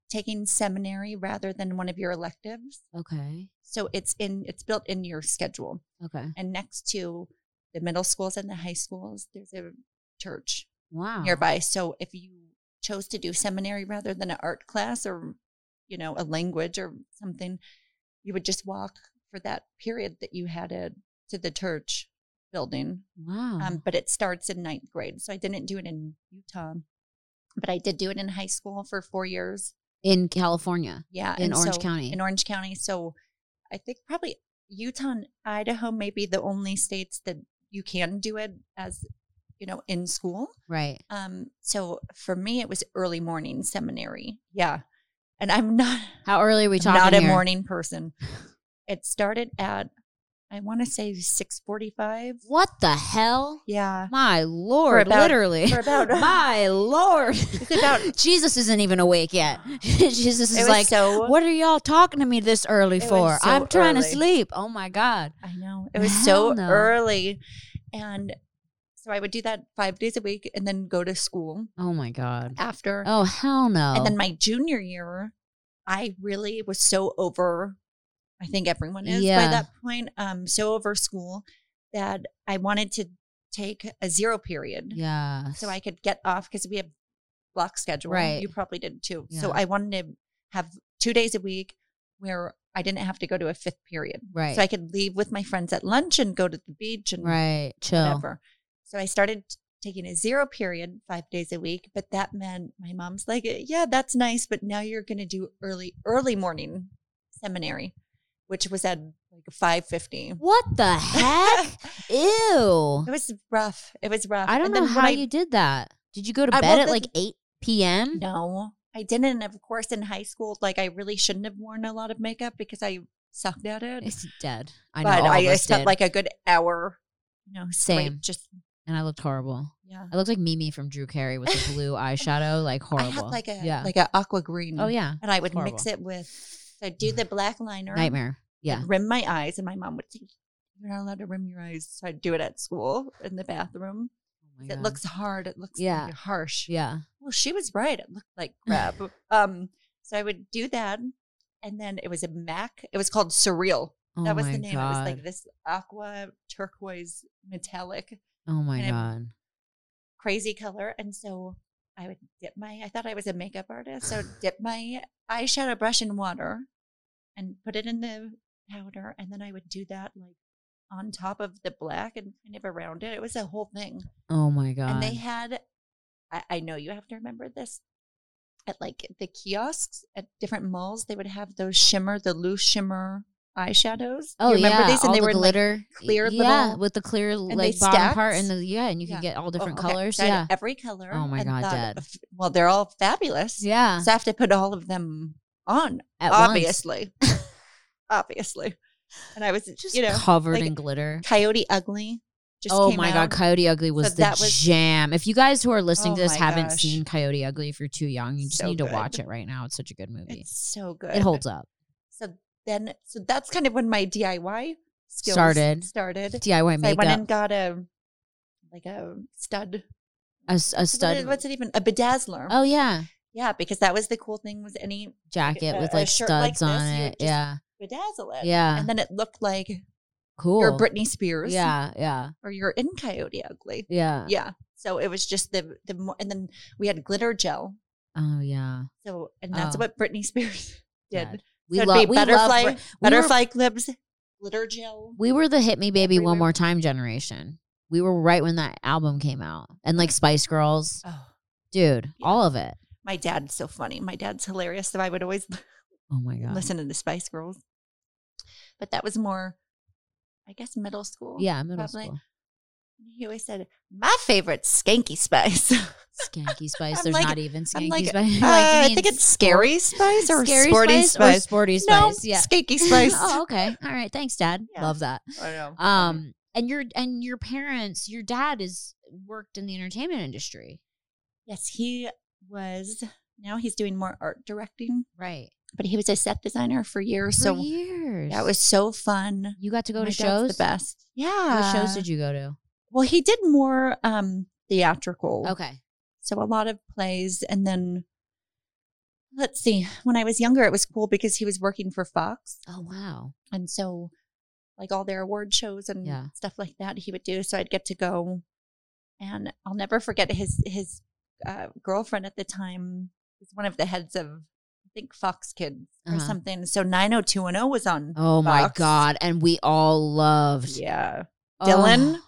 Speaker 2: taking seminary rather than one of your electives.
Speaker 1: Okay.
Speaker 2: So it's in it's built in your schedule.
Speaker 1: Okay.
Speaker 2: And next to the middle schools and the high schools, there's a church
Speaker 1: Wow.
Speaker 2: nearby. So if you chose to do seminary rather than an art class or, you know, a language or something, you would just walk for that period that you had a, to the church building.
Speaker 1: Wow.
Speaker 2: Um, but it starts in ninth grade. So I didn't do it in Utah, but I did do it in high school for four years.
Speaker 1: in California,
Speaker 2: Yeah.
Speaker 1: in
Speaker 2: uh, and
Speaker 1: Orange
Speaker 2: so-
Speaker 1: County.
Speaker 2: In Orange County. So I think probably Utah and Idaho may be the only states that you can do it as, you know, in school.
Speaker 1: right.
Speaker 2: Um, so for me, it was early morning seminary. Yeah. And I'm not,
Speaker 1: How early are we talking?
Speaker 2: not a
Speaker 1: here? *laughs*
Speaker 2: morning person. It started at, I want to say 645.
Speaker 1: What the hell?
Speaker 2: Yeah.
Speaker 1: My lord,
Speaker 2: about-
Speaker 1: literally.
Speaker 2: For
Speaker 1: *laughs*
Speaker 2: about,
Speaker 1: My lord.
Speaker 2: *laughs* it's about,
Speaker 1: *laughs*
Speaker 2: it
Speaker 1: Jesus isn't even awake yet. *laughs* Jesus is
Speaker 2: was
Speaker 1: like,
Speaker 2: so,
Speaker 1: what are y'all talking to me this early
Speaker 2: It was
Speaker 1: for?
Speaker 2: so
Speaker 1: I'm trying to
Speaker 2: early.
Speaker 1: sleep. Oh my God.
Speaker 2: I know, it was
Speaker 1: Hell
Speaker 2: so
Speaker 1: no.
Speaker 2: early. And so I would do that five days a week and then go to school
Speaker 1: Oh my God.
Speaker 2: after.
Speaker 1: Oh, hell no.
Speaker 2: And then my junior year, I really was so over. I think everyone is
Speaker 1: Yeah.
Speaker 2: by that point. Um, so over school that I wanted to take a zero period
Speaker 1: yeah.
Speaker 2: so I could get off because we have block schedule.
Speaker 1: Right.
Speaker 2: You probably did too. So
Speaker 1: Yeah.
Speaker 2: I wanted to have two days a week where I didn't have to go to a fifth period.
Speaker 1: Right.
Speaker 2: So I could leave with my friends at lunch and go to the beach and
Speaker 1: right. Chill.
Speaker 2: whatever. So I started taking a zero period five days a week, but that meant my mom's like, yeah, that's nice, but now you're going to do early, early morning seminary, which was at like 5.50.
Speaker 1: What the heck?
Speaker 2: *laughs*
Speaker 1: Ew.
Speaker 2: It was rough. It was rough.
Speaker 1: I don't
Speaker 2: And
Speaker 1: know
Speaker 2: then when
Speaker 1: how
Speaker 2: I-
Speaker 1: you did that. Did you go to
Speaker 2: I-
Speaker 1: bed
Speaker 2: well,
Speaker 1: at
Speaker 2: the-
Speaker 1: like 8 p.m.?
Speaker 2: No, I didn't. And of course, in high school, like I really shouldn't have worn a lot of makeup because I sucked at it.
Speaker 1: It's dead. I know.
Speaker 2: but
Speaker 1: all
Speaker 2: I,
Speaker 1: of
Speaker 2: I
Speaker 1: us
Speaker 2: spent
Speaker 1: did.
Speaker 2: like a good hour, you know, straight
Speaker 1: Same.
Speaker 2: just,
Speaker 1: and I looked horrible.
Speaker 2: yeah.
Speaker 1: I looked like Mimi from Drew Carey with the blue
Speaker 2: *laughs*
Speaker 1: eyeshadow, like horrible.
Speaker 2: I had like a,
Speaker 1: yeah.
Speaker 2: like a aqua green.
Speaker 1: oh yeah,
Speaker 2: and I would
Speaker 1: Horrible.
Speaker 2: mix it with. So I'd do the black liner,
Speaker 1: nightmare. Yeah,
Speaker 2: rim my eyes, and my mom would say, "You're not allowed to rim your eyes." So I'd do it at school in the bathroom.
Speaker 1: Oh my
Speaker 2: It
Speaker 1: God.
Speaker 2: looks hard. It looks
Speaker 1: Yeah.
Speaker 2: yeah harsh.
Speaker 1: Yeah,
Speaker 2: Well, she was right. It looked
Speaker 1: *laughs*
Speaker 2: like crap. um, so I would do that, and then it was a Mac. It was called Surreal.
Speaker 1: oh
Speaker 2: that was
Speaker 1: my
Speaker 2: the name. It was
Speaker 1: God.
Speaker 2: like this aqua turquoise metallic
Speaker 1: oh my
Speaker 2: and
Speaker 1: god.
Speaker 2: crazy color. And so I would dip my, I thought I was a makeup artist.
Speaker 1: *sighs*
Speaker 2: So dip my eyeshadow brush in water and put it in the powder. And then I would do that like on top of the black and kind of around it. It was a whole thing.
Speaker 1: Oh my god.
Speaker 2: And they had, I, I know you have to remember this. At like the kiosks at different malls, they would have those shimmer, the loose shimmer eyeshadows.
Speaker 1: oh
Speaker 2: you remember
Speaker 1: yeah,
Speaker 2: these? And
Speaker 1: all
Speaker 2: they
Speaker 1: the
Speaker 2: were in, like,
Speaker 1: glitter,
Speaker 2: clear
Speaker 1: yeah,
Speaker 2: little-
Speaker 1: with the clear
Speaker 2: they
Speaker 1: like bottom part
Speaker 2: stacked.
Speaker 1: and the yeah, and you could
Speaker 2: Yeah.
Speaker 1: get all
Speaker 2: oh,
Speaker 1: different
Speaker 2: okay.
Speaker 1: colors.
Speaker 2: So I had
Speaker 1: yeah,
Speaker 2: every color.
Speaker 1: Oh my
Speaker 2: and
Speaker 1: God,
Speaker 2: thought,
Speaker 1: Dad.
Speaker 2: "F- Well, they're all fabulous.
Speaker 1: yeah.
Speaker 2: So I have to put all of them on,
Speaker 1: At once, *laughs*
Speaker 2: obviously. obviously. And I was,
Speaker 1: just
Speaker 2: you know,
Speaker 1: covered
Speaker 2: like,
Speaker 1: in glitter.
Speaker 2: Coyote Ugly just
Speaker 1: Oh
Speaker 2: came
Speaker 1: my god,
Speaker 2: out.
Speaker 1: Coyote Ugly was the
Speaker 2: that was-
Speaker 1: jam. If you guys who are listening
Speaker 2: Oh
Speaker 1: to this
Speaker 2: my
Speaker 1: haven't
Speaker 2: gosh.
Speaker 1: seen Coyote Ugly, if you're too young, you just
Speaker 2: So
Speaker 1: need to
Speaker 2: good.
Speaker 1: watch it right now. It's such a good movie.
Speaker 2: It's so good.
Speaker 1: It holds up.
Speaker 2: So then, so that's kind of when my DIY skills
Speaker 1: Started.
Speaker 2: Started. So
Speaker 1: DIY
Speaker 2: I
Speaker 1: makeup.
Speaker 2: went and got a, like a stud.
Speaker 1: a, s- a
Speaker 2: What is-
Speaker 1: stud.
Speaker 2: what's it even? A bedazzler.
Speaker 1: Oh yeah,
Speaker 2: Yeah, because that was the cool thing was any
Speaker 1: jacket
Speaker 2: a-
Speaker 1: with
Speaker 2: a
Speaker 1: like
Speaker 2: shirt
Speaker 1: studs
Speaker 2: like this,
Speaker 1: on
Speaker 2: you
Speaker 1: it.
Speaker 2: just-
Speaker 1: yeah,
Speaker 2: bedazzle it.
Speaker 1: yeah,
Speaker 2: And then it looked like
Speaker 1: cool.
Speaker 2: you're Britney Spears.
Speaker 1: Yeah, yeah,
Speaker 2: Or you're in Coyote Ugly.
Speaker 1: yeah,
Speaker 2: Yeah. So it was just the the mo- and then we had glitter gel.
Speaker 1: Oh yeah,
Speaker 2: So and that's
Speaker 1: Oh.
Speaker 2: what Britney Spears *laughs* did.
Speaker 1: God.
Speaker 2: so
Speaker 1: We,
Speaker 2: it'd
Speaker 1: lo-
Speaker 2: be
Speaker 1: we
Speaker 2: butterfly
Speaker 1: love. Br-
Speaker 2: butterfly clips, glitter gel.
Speaker 1: We were the "Hit Me Baby One
Speaker 2: everywhere.
Speaker 1: More Time" generation. We were right when that album came out, and like Spice Girls,
Speaker 2: Oh,
Speaker 1: dude,
Speaker 2: Yeah.
Speaker 1: all of it.
Speaker 2: my dad's so funny. My dad's hilarious. So I would always
Speaker 1: Oh my god.
Speaker 2: listen to the Spice Girls. But that was more, I guess, middle school.
Speaker 1: yeah, middle
Speaker 2: probably. *laughs*
Speaker 1: school.
Speaker 2: He always said, "My favorite, Skanky
Speaker 1: *laughs*
Speaker 2: Spice."
Speaker 1: Skanky Spice.
Speaker 2: I'm
Speaker 1: There's
Speaker 2: like-
Speaker 1: not even Skanky
Speaker 2: like,
Speaker 1: Spice. *laughs*
Speaker 2: Uh,
Speaker 1: Like,
Speaker 2: I
Speaker 1: you
Speaker 2: think
Speaker 1: mean
Speaker 2: it's Scary Spice or Sporty Spice.
Speaker 1: or Sporty
Speaker 2: No,
Speaker 1: Spice. Yeah. *laughs*
Speaker 2: Skanky Spice.
Speaker 1: oh, okay. All right. Thanks, Dad.
Speaker 2: Yeah.
Speaker 1: Love that.
Speaker 2: *laughs* I know.
Speaker 1: Um, and your and your parents, your dad is worked in the entertainment industry,
Speaker 2: Yes, he was. Now he's doing more art directing,
Speaker 1: right?
Speaker 2: but he was a set designer for years.
Speaker 1: For
Speaker 2: so
Speaker 1: years.
Speaker 2: that was so fun.
Speaker 1: you got to go
Speaker 2: My
Speaker 1: to
Speaker 2: dad's
Speaker 1: shows.
Speaker 2: The best. Yeah.
Speaker 1: What shows did you go to?
Speaker 2: Well, he did more um theatrical.
Speaker 1: Okay.
Speaker 2: So a lot of plays, and then let's see. When I was younger, it was cool because he was working for Fox.
Speaker 1: Oh wow.
Speaker 2: And so, like all their award shows and
Speaker 1: Yeah.
Speaker 2: stuff like that, he would do. So I'd get to go. And I'll never forget his his uh, girlfriend at the time was one of the heads of I think Fox Kids or
Speaker 1: Uh-huh.
Speaker 2: something. So 90210 was on.
Speaker 1: Oh my
Speaker 2: Fox.
Speaker 1: god. And we all loved
Speaker 2: Yeah.
Speaker 1: Oh,
Speaker 2: Dylan.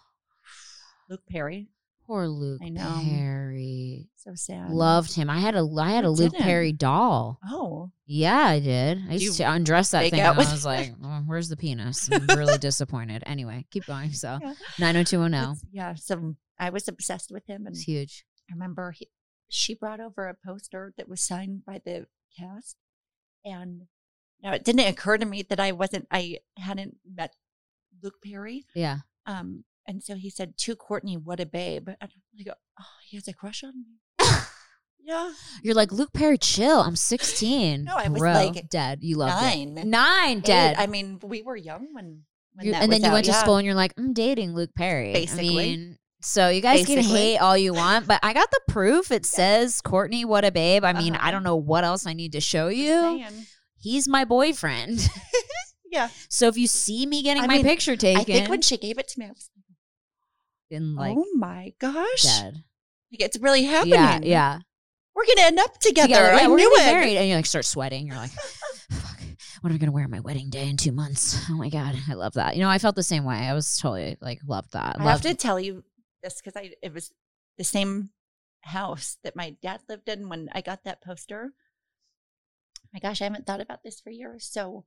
Speaker 2: Luke Perry.
Speaker 1: poor Luke
Speaker 2: I know.
Speaker 1: Perry.
Speaker 2: So sad.
Speaker 1: Loved him. I had a I had a
Speaker 2: Um, I
Speaker 1: Luke
Speaker 2: didn't.
Speaker 1: Perry doll.
Speaker 2: Oh,
Speaker 1: Yeah, I did. I
Speaker 2: Do
Speaker 1: used
Speaker 2: you
Speaker 1: to undress that
Speaker 2: make
Speaker 1: thing, and
Speaker 2: out
Speaker 1: I
Speaker 2: with
Speaker 1: was
Speaker 2: *laughs*
Speaker 1: like, "Oh, "Where's the penis?" I'm really disappointed. Anyway, keep going. So
Speaker 2: Yeah.
Speaker 1: nine hundred two one zero.
Speaker 2: It's- Yeah. So I was obsessed with him. And
Speaker 1: It's huge.
Speaker 2: I remember he, she brought over a poster that was signed by the cast. And now it didn't occur to me that I wasn't, I hadn't met Luke Perry.
Speaker 1: Yeah.
Speaker 2: Um, and so he said to Courtney, what a babe. And I go, oh, he has a crush on me.
Speaker 1: *laughs*
Speaker 2: yeah.
Speaker 1: You're like Luke Perry. Chill. I'm 16.
Speaker 2: No, I was
Speaker 1: Bro,
Speaker 2: like
Speaker 1: dead. You loved
Speaker 2: Nine.
Speaker 1: it. Nine dead.
Speaker 2: Eight. I mean, we were young when, when
Speaker 1: You-
Speaker 2: that
Speaker 1: and
Speaker 2: was
Speaker 1: then you
Speaker 2: out,
Speaker 1: went to
Speaker 2: yeah.
Speaker 1: school and you're like, I'm dating Luke Perry.
Speaker 2: Basically.
Speaker 1: I mean, so you guys can
Speaker 2: Basically.
Speaker 1: hate all you want, but I got the proof.
Speaker 2: *laughs*
Speaker 1: It says Courtney, what a babe. I mean, I
Speaker 2: Uh-huh.
Speaker 1: don't know what else I need to show
Speaker 2: Just
Speaker 1: you.
Speaker 2: saying.
Speaker 1: He's my boyfriend.
Speaker 2: Yeah.
Speaker 1: so if you see me getting
Speaker 2: I
Speaker 1: my
Speaker 2: mean,
Speaker 1: picture taken,
Speaker 2: I think when she gave it to me, I was
Speaker 1: in
Speaker 2: like,
Speaker 1: like
Speaker 2: oh my gosh.
Speaker 1: dead.
Speaker 2: Like, it's really happening.
Speaker 1: Yeah, yeah.
Speaker 2: We're going to end up together. I
Speaker 1: yeah, we're
Speaker 2: knew
Speaker 1: gonna
Speaker 2: it.
Speaker 1: be married, and you like start sweating. You're like, fuck, what am I gonna wear on my wedding day in two months? Oh my god, I love that. You know, I felt the same way. I was totally like loved that.
Speaker 2: I have
Speaker 1: loved
Speaker 2: to tell you this because I it was the same house that my dad lived in when I got that poster. My gosh, I haven't thought about this for years. So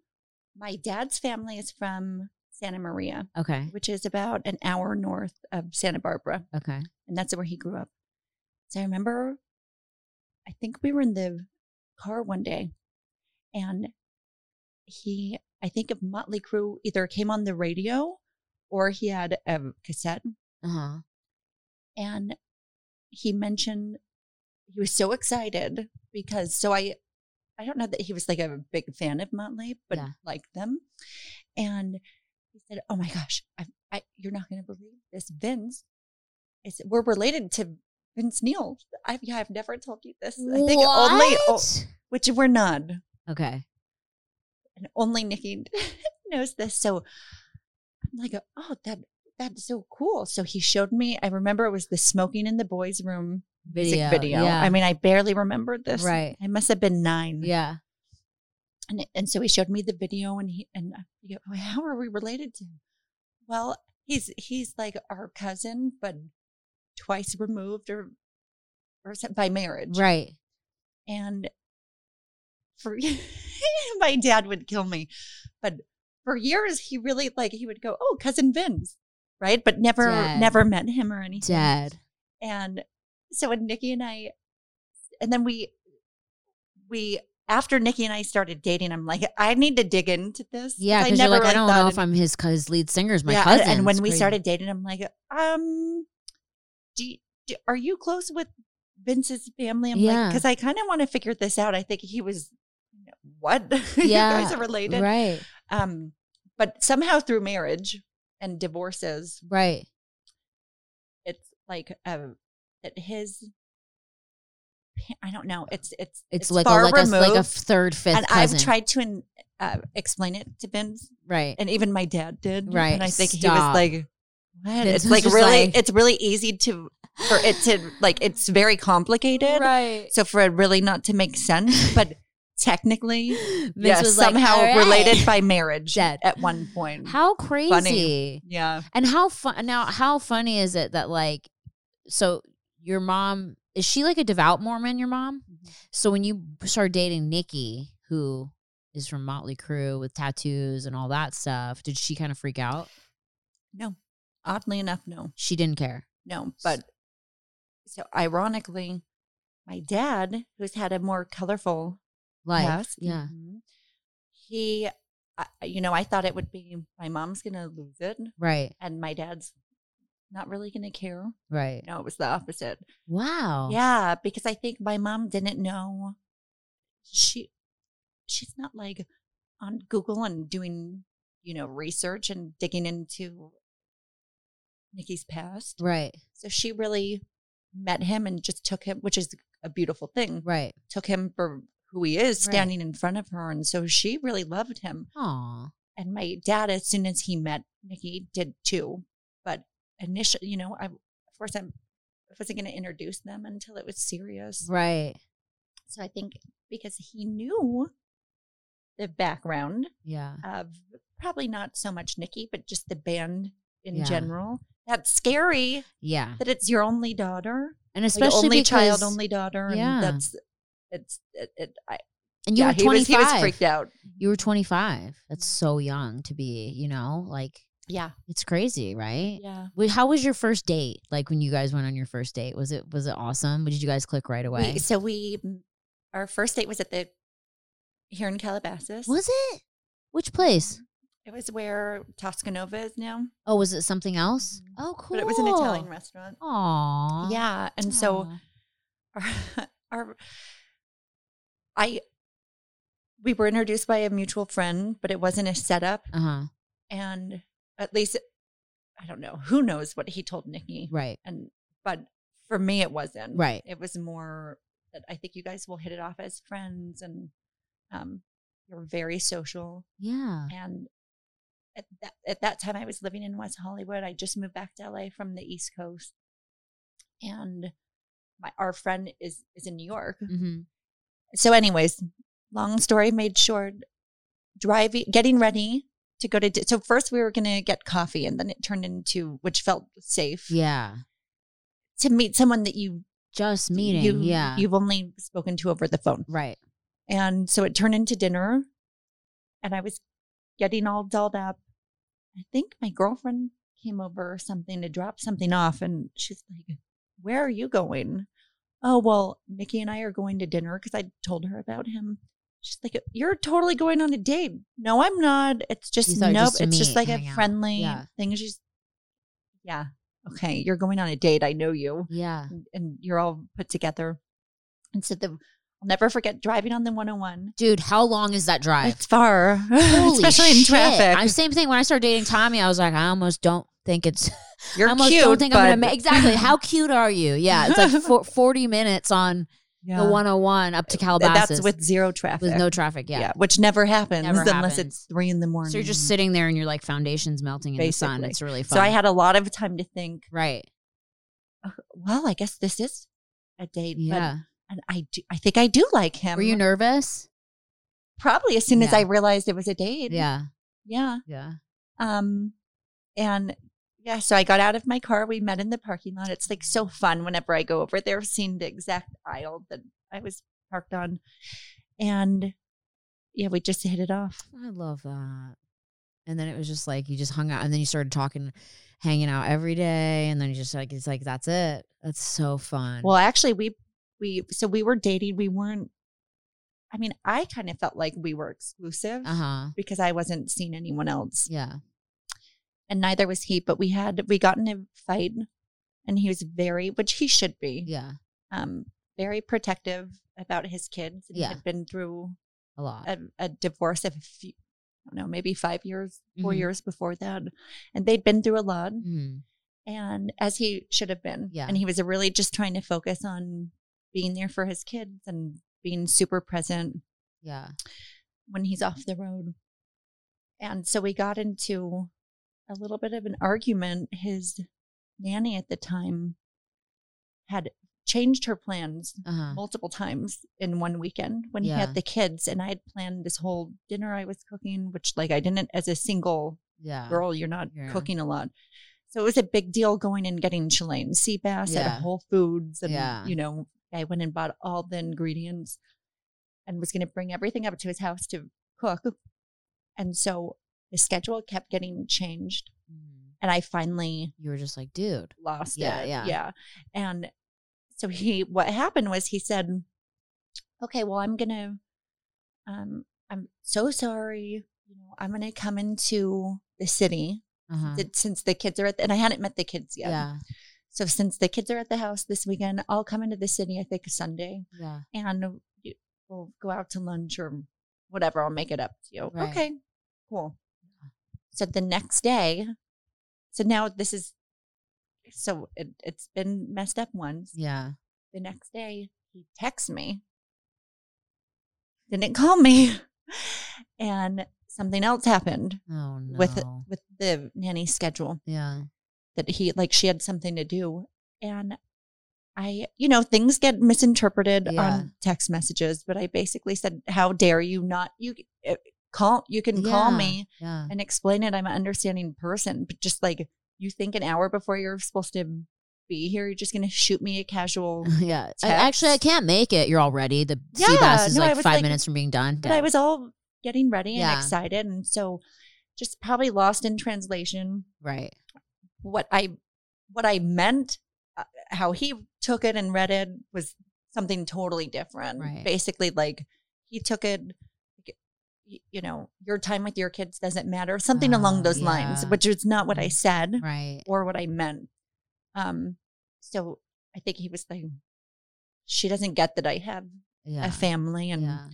Speaker 2: my dad's family is from Santa Maria,
Speaker 1: Okay,
Speaker 2: which is about an hour north of Santa Barbara,
Speaker 1: okay.
Speaker 2: and that's where he grew up. So I remember I think we were in the car one day and he I think of Motley Crue either came on the radio or he had a cassette
Speaker 1: Uh huh.
Speaker 2: and he mentioned he was so excited because so I I don't know that he was like a big fan of Motley, but
Speaker 1: Yeah.
Speaker 2: liked them. And he said, "Oh my gosh, I, I you're not going to believe this, Vince. Is we're related to Vince Neil? I've yeah, I've never told you this. I think only oh, which we're not,
Speaker 1: Okay.
Speaker 2: and only Nikki *laughs* knows this. So I'm like, oh, that that's so cool. So he showed me. I remember it was the smoking in the boys' room music video.
Speaker 1: Yeah.
Speaker 2: I mean, I barely remembered
Speaker 1: *laughs*
Speaker 2: this.
Speaker 1: Right.
Speaker 2: I must have been nine.
Speaker 1: yeah.
Speaker 2: And, and so he showed me the video and he, and I go, "Well, how are we related to him? Well, he's, he's like our cousin, but twice removed or, or some- by marriage.
Speaker 1: Right.
Speaker 2: And for, *laughs* my dad would kill me, but for years he really like, he would go, Oh, cousin Vince. Right. But never,
Speaker 1: Dead.
Speaker 2: never met him or anything.
Speaker 1: Dead.
Speaker 2: And so when Nikki and I, and then we, we, after Nikki and I started dating, I'm like, I need to dig into this.
Speaker 1: Yeah, because you're like, I don't know if I'm his his lead singer's my cousin.
Speaker 2: And, and when
Speaker 1: It's
Speaker 2: we
Speaker 1: crazy.
Speaker 2: started dating, I'm like, um, do, you- do are you close with Vince's family? I'm
Speaker 1: Yeah.
Speaker 2: like, because I kind of want to figure this out. I think he was, what? *laughs* you guys
Speaker 1: Yeah,
Speaker 2: are related.
Speaker 1: right,
Speaker 2: Um, but somehow through marriage and divorces,
Speaker 1: right.
Speaker 2: it's like um that his I don't know. It's it's
Speaker 1: It's, like a
Speaker 2: far
Speaker 1: like a like a
Speaker 2: removed,
Speaker 1: third fifth
Speaker 2: and
Speaker 1: cousin.
Speaker 2: I've tried to in, uh, explain it to Vince,
Speaker 1: right.
Speaker 2: and even my dad did.
Speaker 1: Right.
Speaker 2: and I think
Speaker 1: Stop.
Speaker 2: he was like, "What?"
Speaker 1: Vince
Speaker 2: It's
Speaker 1: was
Speaker 2: like
Speaker 1: just
Speaker 2: really,
Speaker 1: like-
Speaker 2: it's really easy to for it to like it's very complicated.
Speaker 1: *laughs* Right.
Speaker 2: So for it really not to make sense,
Speaker 1: *laughs*
Speaker 2: but technically,
Speaker 1: Vince
Speaker 2: yes,
Speaker 1: was like,
Speaker 2: somehow
Speaker 1: "All right."
Speaker 2: related by marriage
Speaker 1: Dead.
Speaker 2: at one point. *laughs*
Speaker 1: How crazy.
Speaker 2: yeah,
Speaker 1: And how fun now? How funny is it that like, so your mom is she like a devout Mormon? Your mom.
Speaker 2: Mm-hmm.
Speaker 1: So when you start dating Nikki, who is from Motley Crue with tattoos and all that stuff, did she kind of freak out?
Speaker 2: no. Oddly enough, no.
Speaker 1: She didn't care.
Speaker 2: No, but so ironically, my dad, who's had a more colorful
Speaker 1: Like,
Speaker 2: past,
Speaker 1: yeah,
Speaker 2: mhm, he, I, you know, I thought it would be my mom's gonna lose it,
Speaker 1: right,
Speaker 2: and my dad's not really gonna care.
Speaker 1: right.
Speaker 2: No, it was the opposite.
Speaker 1: Wow.
Speaker 2: Yeah, because I think my mom didn't know. She, she's not like on Google and doing, you know, research and digging into Nikki's past.
Speaker 1: Right.
Speaker 2: So she really met him and just took him, which is a beautiful thing,
Speaker 1: Right.
Speaker 2: took him for who he is
Speaker 3: Right.
Speaker 2: standing in front of her. And so she really loved him.
Speaker 1: Aw.
Speaker 2: And my dad, as soon as he met Nikki, did too. But initially, you know, I of course I'm, I wasn't going to introduce them until it was serious.
Speaker 1: Right.
Speaker 2: So I think because he knew the background
Speaker 1: Yeah.
Speaker 2: of probably not so much Nikki, but just the band in
Speaker 1: Yeah.
Speaker 2: general. That's scary
Speaker 1: Yeah.
Speaker 2: that it's your only daughter,
Speaker 1: And
Speaker 2: or your
Speaker 1: especially
Speaker 2: only
Speaker 1: because,
Speaker 2: child, only daughter, and
Speaker 1: Yeah.
Speaker 2: that's it's it. it I,
Speaker 1: and you
Speaker 2: yeah,
Speaker 1: were
Speaker 2: he was,
Speaker 1: 25.
Speaker 2: he was freaked out. Mm-hmm.
Speaker 1: You were 25. That's so young to be, you know, like
Speaker 2: Yeah,
Speaker 1: it's crazy, right?
Speaker 2: yeah.
Speaker 1: Wait, How was your first date? Like when you guys went on your first date, was it was it awesome? Did you guys click right
Speaker 2: We-
Speaker 1: away?
Speaker 2: so we, our first date was at the here in Calabasas.
Speaker 1: was it? Which place?
Speaker 2: It was where Toscanova is now,
Speaker 1: Oh, was it something else?
Speaker 2: Mhm.
Speaker 1: Oh, cool.
Speaker 2: but it was an Italian restaurant.
Speaker 1: Aww.
Speaker 2: Yeah, and so our, *laughs* our I we were introduced by a mutual friend, but it wasn't a setup.
Speaker 1: Uh huh.
Speaker 2: And at least I don't know who knows what he told Nikki.
Speaker 1: Right.
Speaker 2: And but for me, it wasn't.
Speaker 1: Right.
Speaker 2: It was more that I think you guys will hit it off as friends, and um, you're very social.
Speaker 1: Yeah.
Speaker 2: And at that, at that time, I was living in West Hollywood. I just moved back to LA from the East Coast, and my our friend is is in New York.
Speaker 1: Mm-hmm.
Speaker 2: So, anyways, long story made short. Driving, getting ready to go to. di- So first we were gonna get coffee, and then it turned into which felt safe
Speaker 1: Yeah.
Speaker 2: to meet someone that you
Speaker 1: Just meeting.
Speaker 2: you,
Speaker 1: yeah.
Speaker 2: you've only spoken to over the phone,
Speaker 1: right.
Speaker 2: and so it turned into dinner, and I was getting all dolled up. I think my girlfriend came over or something to drop something off, and she's like, "Where are you going?" Oh well, Nikki and I are going to dinner because I told her about him. She's like, "You're totally going on a date." No, I'm not. It's just
Speaker 1: You thought
Speaker 2: nope.
Speaker 1: just to
Speaker 2: it's
Speaker 1: meet,
Speaker 2: just like a
Speaker 1: hang out.
Speaker 2: friendly
Speaker 1: Yeah.
Speaker 2: thing. She's, yeah, okay, you're going on a date. I know you
Speaker 1: Yeah.
Speaker 2: and, and you're all put together. And so the I'll never forget driving on the 101.
Speaker 1: Dude, how long is that drive?
Speaker 2: It's *laughs* far,
Speaker 1: Holy
Speaker 2: especially in
Speaker 1: shit.
Speaker 2: traffic.
Speaker 1: I, same thing when I started dating Tommy, I was like, I almost don't think it's. I
Speaker 2: you're
Speaker 1: almost
Speaker 2: cute.
Speaker 1: don't think I'm gonna
Speaker 2: but-
Speaker 1: make exactly. How cute are you? Yeah, it's
Speaker 2: *laughs*
Speaker 1: like for, 40 minutes on
Speaker 2: yeah.
Speaker 1: the 101 up to
Speaker 2: Th-
Speaker 1: Calabasas
Speaker 2: That's with zero traffic.
Speaker 1: with no traffic. Yeah.
Speaker 2: which never happens
Speaker 1: Never
Speaker 2: unless
Speaker 1: happens.
Speaker 2: it's three in the morning.
Speaker 1: So you're just sitting there and you're like foundations melting in the sun.
Speaker 2: Basically.
Speaker 1: It's really fun.
Speaker 2: So I had a lot of time to think.
Speaker 1: right.
Speaker 2: Well, I guess this is a date.
Speaker 1: Yeah.
Speaker 2: But, and I do. I think I do like him.
Speaker 1: Were you nervous?
Speaker 2: Probably as soon as
Speaker 1: Yeah.
Speaker 2: I realized it was a date.
Speaker 1: Yeah.
Speaker 2: Yeah.
Speaker 1: Yeah.
Speaker 2: Um, and yeah, so I got out of my car. We met in the parking lot. It's like so fun whenever I go over there, seeing the exact aisle that I was parked on. And yeah, we just hit it off.
Speaker 1: I love that. And then it was just like you just hung out and then you started talking, hanging out every day. And then you just like, it's like, that's it. That's so fun.
Speaker 2: Well, actually, we we so we were dating. We weren't. I mean, I kind of felt like we were exclusive
Speaker 1: uh huh.
Speaker 2: because I wasn't seeing anyone else, *laughs*
Speaker 1: Yeah.
Speaker 2: and neither was he. But we had we got in a fight, and he was very, which he should be,
Speaker 1: Yeah.
Speaker 2: um, very protective about his kids. and
Speaker 1: Yeah.
Speaker 2: had been through
Speaker 1: A lot.
Speaker 2: a, a divorce of a few, I don't know, maybe five years, 4
Speaker 1: Mhm.
Speaker 2: years before that. And they'd been through a lot,
Speaker 1: Mhm.
Speaker 2: and as he should have been.
Speaker 1: Yeah.
Speaker 2: And he was really just trying to focus on being there for his kids and being super present
Speaker 1: Yeah.
Speaker 2: when he's off
Speaker 1: Mm-hmm.
Speaker 2: the road. And so we got into a little bit of an argument. His nanny at the time had changed her plans
Speaker 1: Uh huh.
Speaker 2: multiple times in one weekend when he
Speaker 1: Yeah.
Speaker 2: had the kids and I had planned this whole dinner I was cooking, which like I didn't as a single
Speaker 1: Yeah.
Speaker 2: girl, you're not
Speaker 1: Yeah.
Speaker 2: cooking a lot. So it was a big deal going and getting Chilean sea bass
Speaker 1: Yeah.
Speaker 2: at Whole Foods. And
Speaker 1: Yeah.
Speaker 2: you know, I went and bought all the ingredients and was gonna bring everything up to his house to cook. And so the schedule kept getting changed
Speaker 1: Mhm.
Speaker 2: and I finally
Speaker 1: You were just like, dude.
Speaker 2: lost
Speaker 1: Yeah,
Speaker 2: it.
Speaker 1: yeah.
Speaker 2: Yeah. And so he what happened was he said, Okay, well I'm gonna um I'm so sorry. You know, I'm gonna come into the city
Speaker 1: Uh huh.
Speaker 2: that- since the kids are at the, and I hadn't met the kids yet.
Speaker 1: Yeah.
Speaker 2: So since the kids are at the house this weekend, I'll come into the city, I think Sunday,
Speaker 1: Yeah.
Speaker 2: and you- we'll go out to lunch or whatever. I'll make it up to you.
Speaker 1: Right.
Speaker 2: Okay. Cool. So the next day, so now this is so it, it's been messed up once.
Speaker 1: Yeah.
Speaker 2: The next day, he texts me didn't call me. *laughs* And something else happened
Speaker 1: Oh no.
Speaker 2: with with the nanny schedule
Speaker 1: yeah.
Speaker 2: that he like she had something to do and i you know things get misinterpreted
Speaker 1: Yeah.
Speaker 2: on text messages but i basically said how dare you not you uh, call you can call
Speaker 1: Yeah.
Speaker 2: me
Speaker 1: Yeah.
Speaker 2: and explain it i'm an understanding person but just like you think an hour before you're supposed to be here you're just going to shoot me a casual
Speaker 1: *laughs* Yeah. I- actually, I
Speaker 2: text.
Speaker 1: can't make it. You're all ready. The
Speaker 2: Yeah,
Speaker 1: sea bass is
Speaker 2: no, I
Speaker 1: like
Speaker 2: was
Speaker 1: five
Speaker 2: like-
Speaker 1: minutes from being done.
Speaker 2: but i was all getting ready
Speaker 1: Yeah.
Speaker 2: and excited and so just probably lost in translation *laughs*
Speaker 1: right.
Speaker 2: what I what I meant, uh, how he took it and read it was something totally different.
Speaker 1: Right.
Speaker 2: Basically, like he took it, like, y- you know, your time with your kids doesn't matter, something
Speaker 1: Ah,
Speaker 2: along those lines,
Speaker 1: yeah.
Speaker 2: which is not what I
Speaker 1: Mm.
Speaker 2: said
Speaker 1: Right.
Speaker 2: or what I meant. Um, so I think he was like, she doesn't get that I have
Speaker 1: Yeah.
Speaker 2: a family and
Speaker 1: yeah.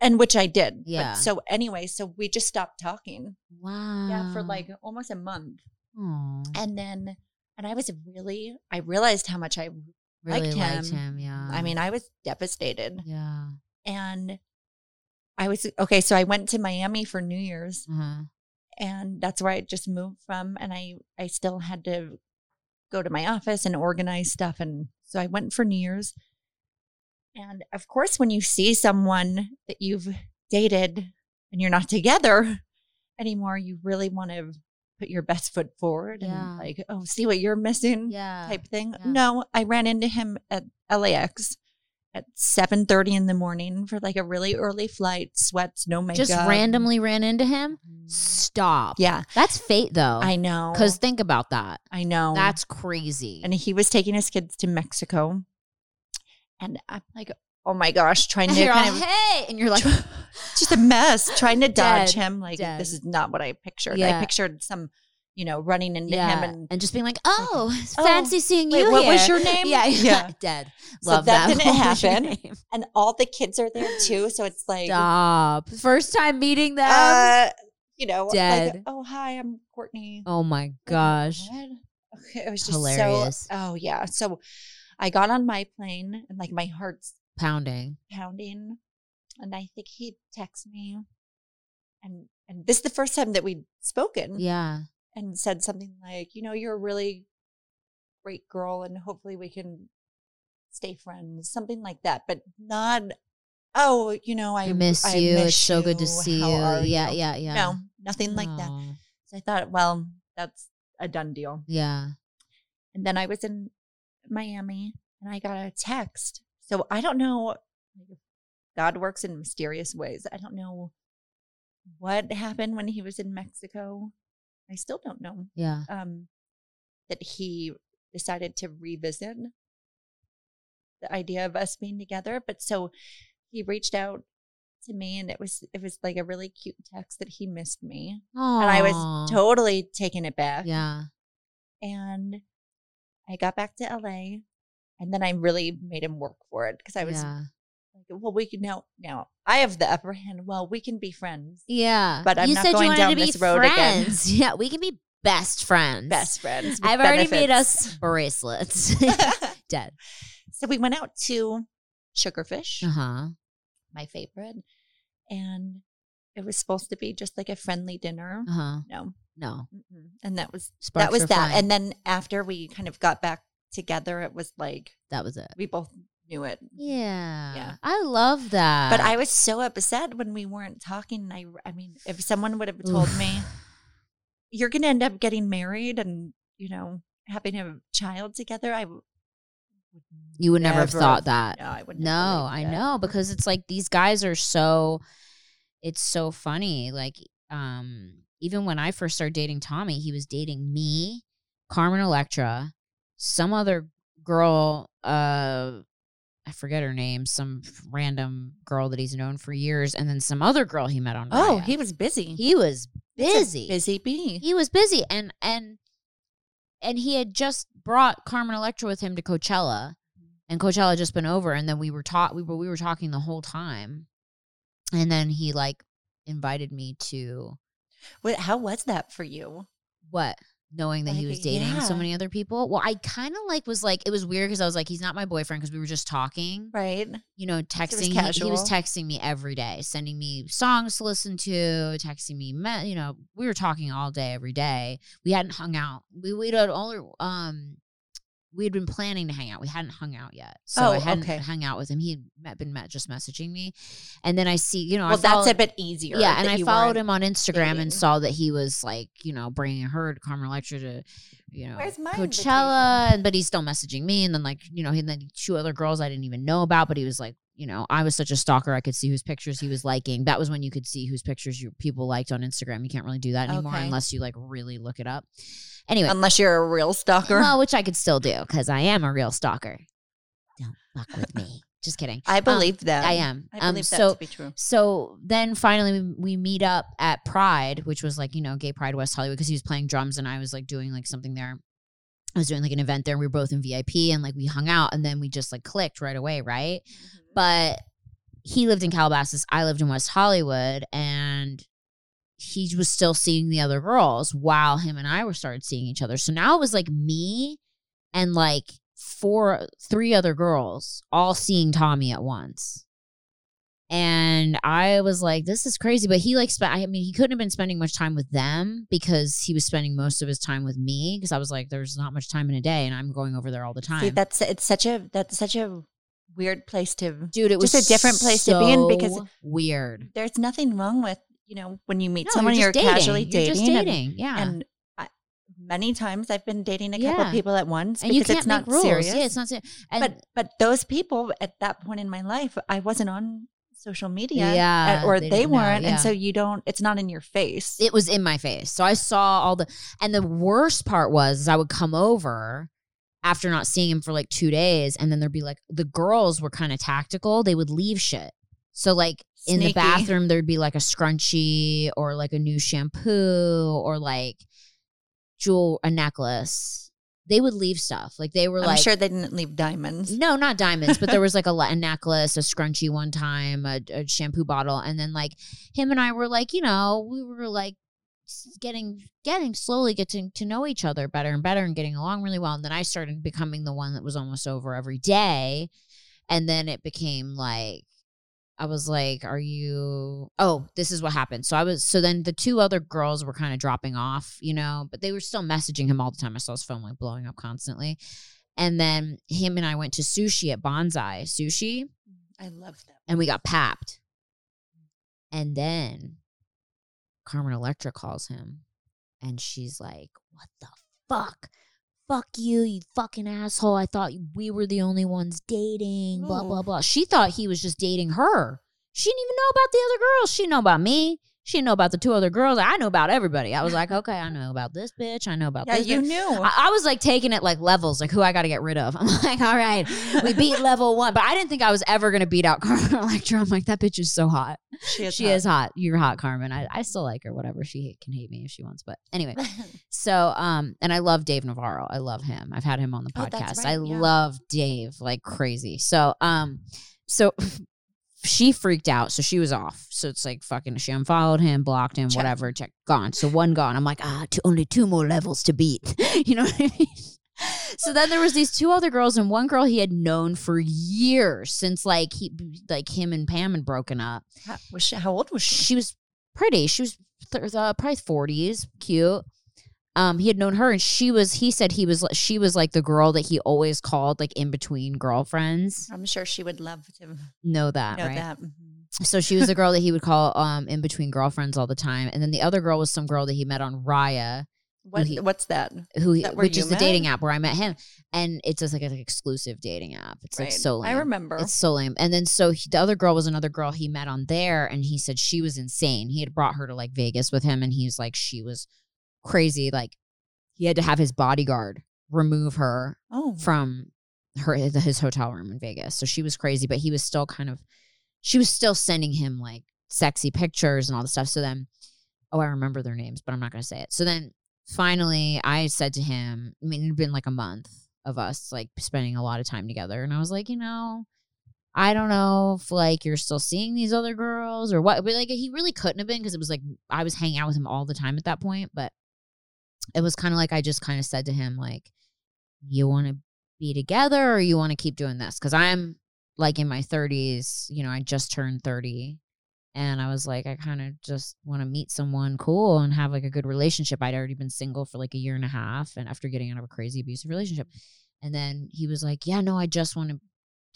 Speaker 2: and which I did. But
Speaker 1: Yeah.
Speaker 2: so anyway, so we just stopped talking.
Speaker 1: Wow.
Speaker 2: Yeah, for like almost a month.
Speaker 1: Aw.
Speaker 2: and then and i was really i realized how much i
Speaker 1: really
Speaker 2: liked
Speaker 1: liked
Speaker 2: him.
Speaker 1: him. Yeah.
Speaker 2: i mean i was devastated
Speaker 1: Yeah.
Speaker 2: and i was okay so i went to miami for new year's
Speaker 1: Uh-huh.
Speaker 2: and that's where i just moved from and i i still had to go to my office and organize stuff and so i went for new year's and of course when you see someone that you've dated and you're not together anymore you really want to put your best foot forward
Speaker 1: Yeah.
Speaker 2: and like oh see what you're missing
Speaker 1: Yeah.
Speaker 2: type thing.
Speaker 1: yeah.
Speaker 2: No, I ran into him at LAX at 7:30 in the morning for like a really early flight, sweats, no makeup. Mm.
Speaker 1: Just randomly ran into him. Stop.
Speaker 2: Yeah,
Speaker 1: That's fate, though.
Speaker 2: I know.
Speaker 1: Because think about that.
Speaker 2: I know.
Speaker 1: That's crazy.
Speaker 2: and he was taking his kids to Mexico. And I'm like, "Oh my gosh, trying
Speaker 1: And
Speaker 2: to
Speaker 1: you're all,
Speaker 2: kind of
Speaker 1: hey, and you're
Speaker 2: *laughs*
Speaker 1: like, *laughs*
Speaker 2: just a mess trying to dodge
Speaker 1: Dead,
Speaker 2: him like
Speaker 1: dead.
Speaker 2: this is not what I pictured.
Speaker 1: Yeah.
Speaker 2: I pictured some, you know, running into
Speaker 1: yeah,
Speaker 2: him and
Speaker 1: just being like, oh,
Speaker 2: "Oh,
Speaker 1: fancy seeing
Speaker 2: wait,
Speaker 1: you.
Speaker 2: what was
Speaker 1: here."
Speaker 2: your name?
Speaker 1: Yeah, *laughs* yeah,
Speaker 2: Yeah.
Speaker 1: dead.
Speaker 2: So
Speaker 1: Love
Speaker 2: that
Speaker 1: that. *laughs*
Speaker 2: didn't
Speaker 1: What was your
Speaker 2: happen.
Speaker 1: name?
Speaker 2: and all the kids are there too, so it's like
Speaker 1: Stop. First time meeting them.
Speaker 2: uh, you know,
Speaker 1: Dead.
Speaker 2: like, oh hi, I'm Courtney.
Speaker 1: oh my
Speaker 2: Like,
Speaker 1: gosh.
Speaker 2: what? Okay, it was just
Speaker 1: Hilarious.
Speaker 2: So, oh yeah. So I got on my plane and like my heart's
Speaker 1: Pounding.
Speaker 2: pounding, and I think he texted me, and and this is the first time that we'd spoken,
Speaker 1: Yeah.
Speaker 2: and said something like, you know, you're a really great girl, and hopefully we can stay friends, something like that, but not. Oh, you know, I
Speaker 1: I miss
Speaker 2: I
Speaker 1: you. it's
Speaker 2: miss
Speaker 1: so good to
Speaker 2: you.
Speaker 1: see you.
Speaker 2: How
Speaker 1: Yeah,
Speaker 2: are you?"
Speaker 1: yeah, yeah.
Speaker 2: No, nothing like that.
Speaker 1: Aw.
Speaker 2: So I thought, well, that's a done deal.
Speaker 1: Yeah.
Speaker 2: And then I was in Miami and I got a text. So I don't know. God works in mysterious ways. I don't know what happened when he was in Mexico. I still don't know.
Speaker 1: Yeah.
Speaker 2: Um, that he decided to revisit the idea of us being together. But so he reached out to me and it was it was like a really cute text that he missed me. And I was
Speaker 1: Aw.
Speaker 2: totally taken aback
Speaker 1: Yeah.
Speaker 2: and I got back to LA, and then I really made him work for it because I was
Speaker 1: yeah.
Speaker 2: like, "Well, we can now now I have the upper hand. Well, we can be friends,
Speaker 1: Yeah.
Speaker 2: But I'm
Speaker 1: you
Speaker 2: not
Speaker 1: said
Speaker 2: going
Speaker 1: you wanted
Speaker 2: down
Speaker 1: to be
Speaker 2: this road again.
Speaker 1: friends. *laughs* Yeah, we can be best friends.
Speaker 2: best friends." with
Speaker 1: I've already made us
Speaker 2: benefits."
Speaker 1: *laughs* bracelets. Dead.
Speaker 2: *laughs* so we went out to Sugarfish,
Speaker 1: Uh huh.
Speaker 2: my favorite, and it was supposed to be just like a friendly dinner.
Speaker 1: Uh huh.
Speaker 2: No,
Speaker 1: No.
Speaker 2: mm-mm. and that was
Speaker 1: Sparks
Speaker 2: that was
Speaker 1: were
Speaker 2: that.
Speaker 1: flying.
Speaker 2: And then after we kind of got back together, it was like
Speaker 1: that was it.
Speaker 2: we both knew it.
Speaker 1: Yeah.
Speaker 2: Yeah.
Speaker 1: I love that.
Speaker 2: But I was so upset when we weren't talking. I, I mean, if someone would have told
Speaker 1: Oof.
Speaker 2: me, you're going to end up getting married and, you know, having a child together, I w- would
Speaker 1: You would never have thought that.
Speaker 2: No, I would
Speaker 1: No, I know because it's like these guys are so it's so funny. Like um even when I first started dating Tommy, he was dating me, Carmen Electra, some other girl uh I forget her name, some random girl that he's known for years and then some other girl he met on
Speaker 2: Oh,
Speaker 1: Raya.
Speaker 2: he was busy.
Speaker 1: he was
Speaker 2: It's a
Speaker 1: busy.
Speaker 2: busy bee.
Speaker 1: He was busy and and and he had just brought Carmen Electra with him to Coachella, and Coachella had just been over, and then we were taught we were we were talking the whole time, and then he like invited me to
Speaker 2: Wait, how was that for you?
Speaker 1: what knowing that he
Speaker 2: Like,
Speaker 1: was dating so
Speaker 2: yeah.
Speaker 1: many other people. Well, I kind of like was like it was weird because I was like he's not my boyfriend because we were just talking,
Speaker 2: right?
Speaker 1: you know, texting. He- He,
Speaker 2: casual.
Speaker 1: was texting me every day, sending me songs to listen to, texting me, me- you know, we were talking all day every day. We hadn't hung out. We we'd had only um we had been planning to hang out. We hadn't hung out yet, so
Speaker 2: Oh,
Speaker 1: I hadn't
Speaker 2: okay.
Speaker 1: hung out with him. He had met, been met just messaging me, and then I see, you know, I
Speaker 2: Well,
Speaker 1: follow-
Speaker 2: that's a bit easier.
Speaker 1: yeah, and
Speaker 2: that
Speaker 1: I
Speaker 2: you
Speaker 1: followed
Speaker 2: weren't-
Speaker 1: him on Instagram
Speaker 2: dating.
Speaker 1: and saw that he was like, you know, bringing her to Carmen Electra to, you know,
Speaker 2: Where's my
Speaker 1: Coachella, and but he's still messaging me, and then like, you know, and then two other girls I didn't even know about, but he was like, you know, I was such a stalker, I could see whose pictures he was liking. That was when you could see whose pictures your people liked on Instagram. You can't really do that anymore
Speaker 2: Okay.
Speaker 1: unless you like really look it up. Anyway,
Speaker 2: Unless you're a real stalker.
Speaker 1: well, which I could still do because I am a real stalker. Don't fuck with me. Just kidding.
Speaker 2: *laughs* I
Speaker 1: Um,
Speaker 2: believe that.
Speaker 1: I am.
Speaker 2: I
Speaker 1: Um,
Speaker 2: believe that
Speaker 1: so
Speaker 2: to be true.
Speaker 1: so then finally we, we meet up at Pride, which was like, you know, Gay Pride West Hollywood, because he was playing drums and I was like doing like something there. I was doing like an event there. We were both in VIP and like we hung out and then we just like clicked right away, right? But he lived in Calabasas, I lived in West Hollywood, and he was still seeing the other girls while him and I were started seeing each other. So now it was like me and like four, three other girls all seeing Tommy at once. And I was like, this is crazy. But he like spent, I mean, he couldn't have been spending much time with them because he was spending most of his time with me. Cause I was like, there's not much time in a day and I'm going over there all the time.
Speaker 2: See, that's it's such a that's such a weird place to.
Speaker 1: Dude, it
Speaker 2: just
Speaker 1: was
Speaker 2: a different place to be in because-
Speaker 1: so weird.
Speaker 2: There's nothing wrong with you know when you meet
Speaker 1: No,
Speaker 2: someone you're,
Speaker 1: just dating.
Speaker 2: casually
Speaker 1: You're
Speaker 2: dating.
Speaker 1: just
Speaker 2: and-
Speaker 1: dating. yeah.
Speaker 2: And, I, many times I've been dating a couple
Speaker 1: Yeah.
Speaker 2: people at once
Speaker 1: and
Speaker 2: because
Speaker 1: you can't
Speaker 2: it's not
Speaker 1: make rules.
Speaker 2: serious.
Speaker 1: Yeah, it's not serious.
Speaker 2: but but those people at that point in my life, I wasn't on social media, uh,
Speaker 1: Yeah,
Speaker 2: or
Speaker 1: they
Speaker 2: they,
Speaker 1: didn't know,
Speaker 2: weren't,
Speaker 1: yeah.
Speaker 2: and so you don't. It's not in your face.
Speaker 1: it was in my face. So I saw all the and the worst part was is I would come over after not seeing him for like 2 days and then there'd be like the girls were kind of tactical. They would leave shit. So like in the
Speaker 2: Sneaky.
Speaker 1: bathroom there'd be like a scrunchie or like a new shampoo or like jewel a necklace. They would leave stuff. Like they were
Speaker 2: I'm
Speaker 1: like
Speaker 2: sure they didn't leave diamonds.
Speaker 1: No, not diamonds, but there was like a, la- a necklace, a scrunchie one time, a, a shampoo bottle, and then like him and I were like, you know, we were like s- getting getting slowly getting to know each other better and better and getting along really well. And then I started becoming the one that was almost over every day, and then it became like. I was like, are you Oh, this is what happened. So I was so then the two other girls were kind of dropping off, you know, but they were still messaging him all the time. I saw his phone like blowing up constantly. And then him and I went to sushi at Bonsai Sushi Mm-hmm.
Speaker 2: I love them.
Speaker 1: and we got papped. And then Carmen Electra calls him and she's like, What the fuck? Fuck you, you fucking asshole. I thought we were the only ones dating, blah,
Speaker 2: Ooh.
Speaker 1: blah, blah. She thought he was just dating her. She didn't even know about the other girls. She didn't know about me. She didn't know about the two other girls. I know about everybody. I was like, okay, I know about this bitch. I know about
Speaker 2: Yeah,
Speaker 1: this.
Speaker 2: you
Speaker 1: bitch."
Speaker 2: knew.
Speaker 1: I, I was like taking it like levels, like who I got to get rid of. *laughs* I'm like, all right,
Speaker 2: *laughs*
Speaker 1: we beat level one, but I didn't think I was ever gonna beat out *laughs* Carmen Electra. I'm like, that bitch is so hot.
Speaker 2: she is.
Speaker 1: she
Speaker 2: *laughs*
Speaker 1: is hot. You're hot, Carmen. I, I still like her. Whatever she can hate me if she wants, but anyway.
Speaker 2: hot.
Speaker 1: So um, and I love Dave Navarro. I love him. I've had him on the
Speaker 2: Oh, that's
Speaker 1: podcast.
Speaker 2: right,
Speaker 1: I
Speaker 2: yeah.
Speaker 1: love Dave like crazy. So um, so. *laughs* She freaked out, so she was off. So it's like fucking. She unfollowed him, blocked him,
Speaker 2: Check.
Speaker 1: whatever. Check gone. So one gone. I'm like, ah, two, only two more levels to beat. *laughs* You know what I mean? So then there was these two other girls, and one girl he had known for years since like he, like him and Pam had broken up
Speaker 2: How, was she, how old was she?
Speaker 1: she was pretty. She was th- uh, probably forties, cute. Um, he had known her, and she was. He said he was. li- She was like the girl that he always called like in between girlfriends.
Speaker 2: I'm sure she would love to know
Speaker 1: Know that, right?
Speaker 2: that. Mhm.
Speaker 1: So she was the girl that he
Speaker 2: *laughs*
Speaker 1: would call um in between girlfriends all the time, and then the other girl was some girl that he met on Raya,
Speaker 2: What,
Speaker 1: he-
Speaker 2: what's that?
Speaker 1: who
Speaker 2: that where
Speaker 1: which
Speaker 2: you
Speaker 1: is
Speaker 2: met?
Speaker 1: the dating app where I met him, and it's just like an exclusive dating app. It's like so.
Speaker 2: I
Speaker 1: lame.
Speaker 2: remember.
Speaker 1: It's so lame. And then so he, the other girl was another girl he met on there, and he said she was insane. He had brought her to like Vegas with him, and he's like she was crazy. Like he had to have his bodyguard remove her
Speaker 2: oh,
Speaker 1: from her his hotel room in Vegas. So she was crazy, but he was still kind of she was still sending him like sexy pictures and all the stuff. So then oh, I remember their names, but I'm not going to say it. So then finally I said to him, I mean it had been like a month of us like spending a lot of time together and I was like, you know, I don't know if like you're still seeing these other girls or what, but like he really couldn't have been because it was like I was hanging out with him all the time at that point, but it was kind of like I just kind of said to him, like, you want to be together or you want to keep doing this? Cause I'm like in my 30s, you know, I just turned 30. And I was like, I kind of just want to meet someone cool and have like a good relationship. I'd already been single for like a year and a half and after getting out of a crazy abusive relationship. And then he was like, Yeah, no, I just want to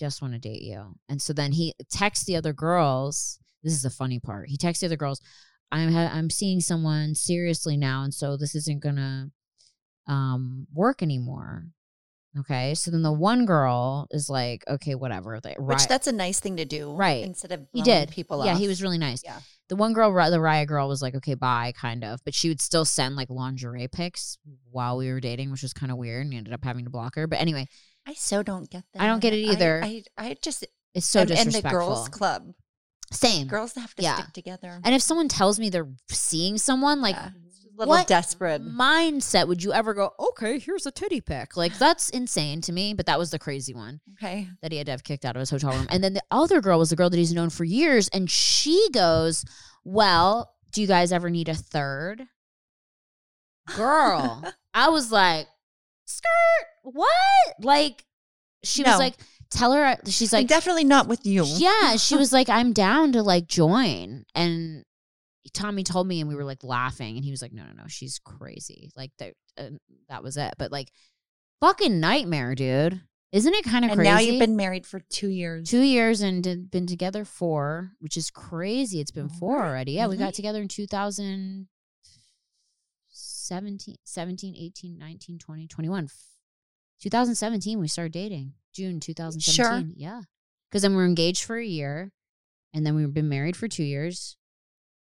Speaker 1: just want to date you. And so then he texts the other girls. This is the funny part. He texts the other girls, I'm ha- I'm seeing someone seriously now, and so this isn't gonna um work anymore. Okay, so then the one girl is like, okay, whatever. They,
Speaker 2: Which
Speaker 1: right,
Speaker 2: that's a nice thing to do,
Speaker 1: Right.
Speaker 2: Instead of
Speaker 1: he
Speaker 2: blowing
Speaker 1: did.
Speaker 2: people
Speaker 1: yeah,
Speaker 2: off.
Speaker 1: he was really nice.
Speaker 2: Yeah.
Speaker 1: The one girl, Ri- the Raya girl, was like, okay, bye, kind of, but she would still send like lingerie pics while we were dating, which was kind of weird, and we ended up having to block her. But anyway,
Speaker 2: I so don't get that.
Speaker 1: I don't get it either.
Speaker 2: I, I, I just
Speaker 1: it's so
Speaker 2: and, and the
Speaker 1: disrespectful.
Speaker 2: girls club.
Speaker 1: Same.
Speaker 2: Girls have to
Speaker 1: Yeah.
Speaker 2: stick together.
Speaker 1: And if someone tells me they're seeing someone, like
Speaker 2: Yeah. It's a little
Speaker 1: what
Speaker 2: desperate.
Speaker 1: mindset would you ever go, okay, here's a titty pic? Like, that's insane to me. But that was the crazy one
Speaker 2: Okay.
Speaker 1: that he had to have kicked out of his hotel room. And then the other girl was the girl that he's known for years. And she goes, well, do you guys ever need a third?
Speaker 2: *laughs*
Speaker 1: Girl, I was like, skirt, what? Like, she
Speaker 2: No.
Speaker 1: was like, tell her, uh," she's
Speaker 2: And
Speaker 1: like,
Speaker 2: definitely not with *laughs* you.
Speaker 1: yeah, she was like, I'm down to like join. And Tommy told me, and we were like laughing, and he was like, No, no, no, she's crazy. Like that, and that was it. But like, fucking nightmare, dude. Isn't it kind of
Speaker 2: And
Speaker 1: crazy?
Speaker 2: now you've been married for two years.
Speaker 1: two years and did- been together four, which is crazy. It's been four
Speaker 2: Alright,
Speaker 1: already. Yeah, we got
Speaker 2: alright.
Speaker 1: together in 2017, 17, 18, 19, 20, 21. 2017, we started dating. June 2017. Yeah. Because then we were engaged for a year and then we've been married for two years.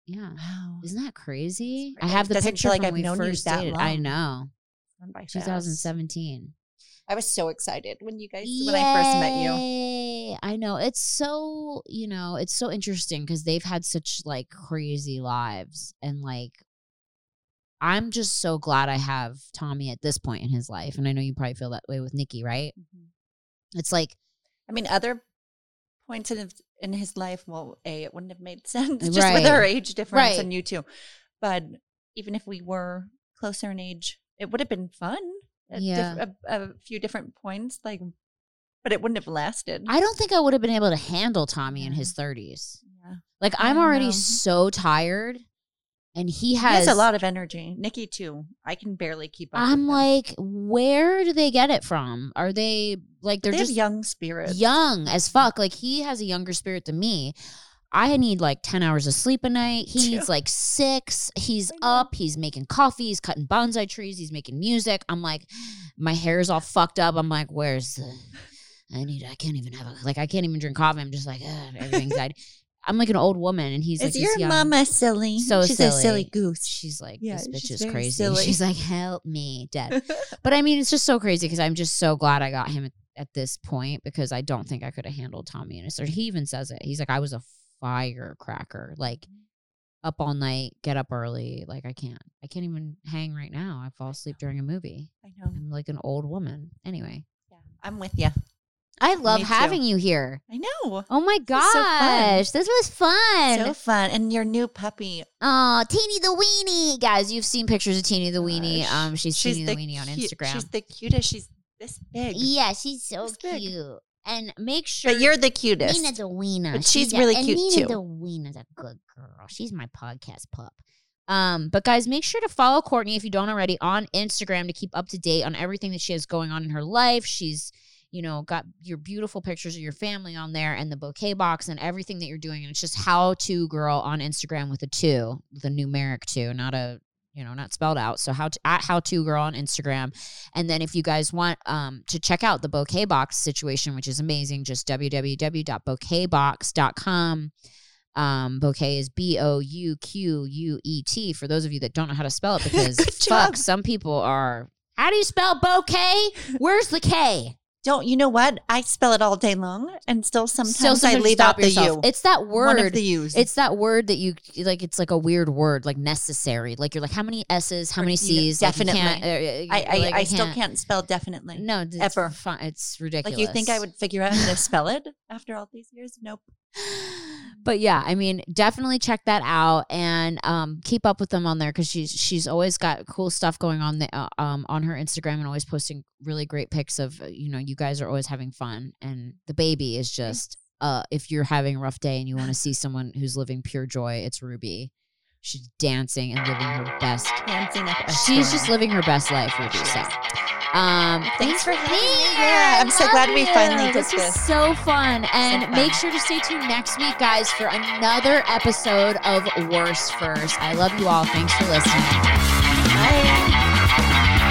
Speaker 1: Yeah.
Speaker 2: Wow.
Speaker 1: Isn't that crazy?
Speaker 2: It's
Speaker 1: I
Speaker 2: crazy.
Speaker 1: have the
Speaker 2: Doesn't feel
Speaker 1: picture
Speaker 2: like
Speaker 1: from
Speaker 2: I've
Speaker 1: when
Speaker 2: known
Speaker 1: we
Speaker 2: you
Speaker 1: first
Speaker 2: that
Speaker 1: dated. I
Speaker 2: long.
Speaker 1: know.
Speaker 2: Gone by fast.
Speaker 1: 2017.
Speaker 2: I was so excited when you guys when I first met you.
Speaker 1: Yay. I know. It's so, you know, it's so interesting because they've had such like crazy lives. And like, I'm just so glad I have Tommy at this point in his life. And I know you probably feel that way with Nikki, right?
Speaker 2: Mm-hmm.
Speaker 1: It's like,
Speaker 2: I mean, other points in his, in his life. Well, a it wouldn't have made *laughs* sense just
Speaker 1: Right.
Speaker 2: with our age difference
Speaker 1: Right.
Speaker 2: and you two. But even if we were closer in age, it would have been fun. At diff-
Speaker 1: Yeah.
Speaker 2: a, a few different points, like, but it wouldn't have lasted.
Speaker 1: I don't think I would have been able to handle Tommy in
Speaker 2: Yeah.
Speaker 1: his 30s.
Speaker 2: yeah.
Speaker 1: Like,
Speaker 2: I
Speaker 1: I'm already
Speaker 2: know.
Speaker 1: so tired. And he
Speaker 2: He
Speaker 1: has,
Speaker 2: has a lot of energy. Nikki too. I can barely keep up.
Speaker 1: I'm
Speaker 2: with them.
Speaker 1: like, where do they get it from? Are they like, they're
Speaker 2: they
Speaker 1: just
Speaker 2: have young spirits.
Speaker 1: young as fuck. Like he has a younger spirit than me. I need like 10 hours of sleep a night. He
Speaker 2: *laughs* Yeah.
Speaker 1: needs like six. He's
Speaker 2: I know.
Speaker 1: up. He's making coffee. He's cutting bonsai trees. He's making music. I'm like, my hair's all fucked up. I'm like, where's the, I need, I can't even have a, like, I can't even drink coffee. I'm just like, ugh, everything's
Speaker 2: *laughs*
Speaker 1: anxiety. I'm like an old woman and he's
Speaker 2: Is
Speaker 1: like, this
Speaker 2: your
Speaker 1: young-
Speaker 2: mama silly?
Speaker 1: So
Speaker 2: She's a
Speaker 1: silly.
Speaker 2: silly goose. *laughs*
Speaker 1: She's like,
Speaker 2: Yeah,
Speaker 1: this bitch
Speaker 2: she's
Speaker 1: is
Speaker 2: very
Speaker 1: crazy. *laughs*
Speaker 2: silly.
Speaker 1: She's like, help me, dead. But I mean, it's just so crazy because I'm just so glad I got him at, at this point because I don't think I could have handled Tommy and his. Or he even says it. He's like, I was a firecracker,
Speaker 2: Mm.
Speaker 1: like up all night, get up early. Like I can't, I can't even hang right now. I fall asleep during a movie.
Speaker 2: I know.
Speaker 1: I'm like an old woman. Anyway,
Speaker 2: Yeah, I'm with you.
Speaker 1: I love
Speaker 2: Me too.
Speaker 1: having you here.
Speaker 2: I know.
Speaker 1: Oh my
Speaker 2: was so fun.
Speaker 1: gosh, this was fun.
Speaker 2: So fun. And your new puppy.
Speaker 1: Oh, Teeny the Weenie, guys! You've seen pictures of Teeny the Weenie.
Speaker 2: Gosh.
Speaker 1: Um, she's, Teeny the, Weenie on
Speaker 2: cute-
Speaker 1: Instagram.
Speaker 2: She's the cutest. She's this big.
Speaker 1: yeah, she's so
Speaker 2: She's big.
Speaker 1: cute. And make sure
Speaker 2: But you're the cutest.
Speaker 1: Nina's a wiener.
Speaker 2: But she's really
Speaker 1: and
Speaker 2: cute,
Speaker 1: Nina
Speaker 2: too.
Speaker 1: the wiener's a good girl. She's my podcast pup. Um, but guys, make sure to follow Courtney if you don't already on Instagram to keep up to date on everything that she has going on in her life. She's, you know, got your beautiful pictures of your family on there and the bouquet box and everything that you're doing. And it's just how to girl on Instagram with a two, the numeric two, not a you know not spelled out so how to at how to girl on instagram and then if you guys want um, to check out the bouquet box situation which is amazing just www.bouquetbox.com um, bouquet is b-o-u-q-u-e-t E for those of you that don't know how to spell
Speaker 2: *laughs*
Speaker 1: it because
Speaker 2: *laughs* Good
Speaker 1: fuck
Speaker 2: job.
Speaker 1: some people are how do you spell bouquet where's the k
Speaker 2: Don't you know what? I spell it all day long, and still sometimes,
Speaker 1: Still
Speaker 2: I
Speaker 1: sometimes
Speaker 2: leave
Speaker 1: stop
Speaker 2: out the
Speaker 1: yourself.
Speaker 2: U.
Speaker 1: it's that
Speaker 2: One of
Speaker 1: word
Speaker 2: the U's.
Speaker 1: It's that word that you like. It's like a weird word, like necessary. Like you're like, how many S's, how
Speaker 2: Or,
Speaker 1: many
Speaker 2: you know,
Speaker 1: C's? Like, you
Speaker 2: definitely.
Speaker 1: can't- uh, uh,
Speaker 2: I, I,
Speaker 1: like,
Speaker 2: I, still can't spell definitely.
Speaker 1: No, it's
Speaker 2: Ever.
Speaker 1: Fun. It's ridiculous.
Speaker 2: Like you think I would figure out how to spell it? after all these years? Nope.
Speaker 1: but yeah, I mean, definitely check that out and um, keep up with them on there because she's she's always got cool stuff going on the, uh, um, on her Instagram and always posting really great pics of uh, you know you guys are always having fun and the baby is just uh, if you're having a rough day and you want to see someone who's living pure joy, it's Ruby. She's dancing and living her best.
Speaker 2: Dancing at the
Speaker 1: She's
Speaker 2: store.
Speaker 1: just living her best life, Ruby. So, um,
Speaker 2: Thanks for having me.
Speaker 1: being
Speaker 2: Yeah,
Speaker 1: here.
Speaker 2: I'm so
Speaker 1: Love
Speaker 2: glad we
Speaker 1: you.
Speaker 2: finally did
Speaker 1: this was
Speaker 2: this.
Speaker 1: so fun. And
Speaker 2: fun.
Speaker 1: make sure to stay tuned next week, guys, for another episode of Worst First. I love you all. Thanks for listening.
Speaker 2: Bye.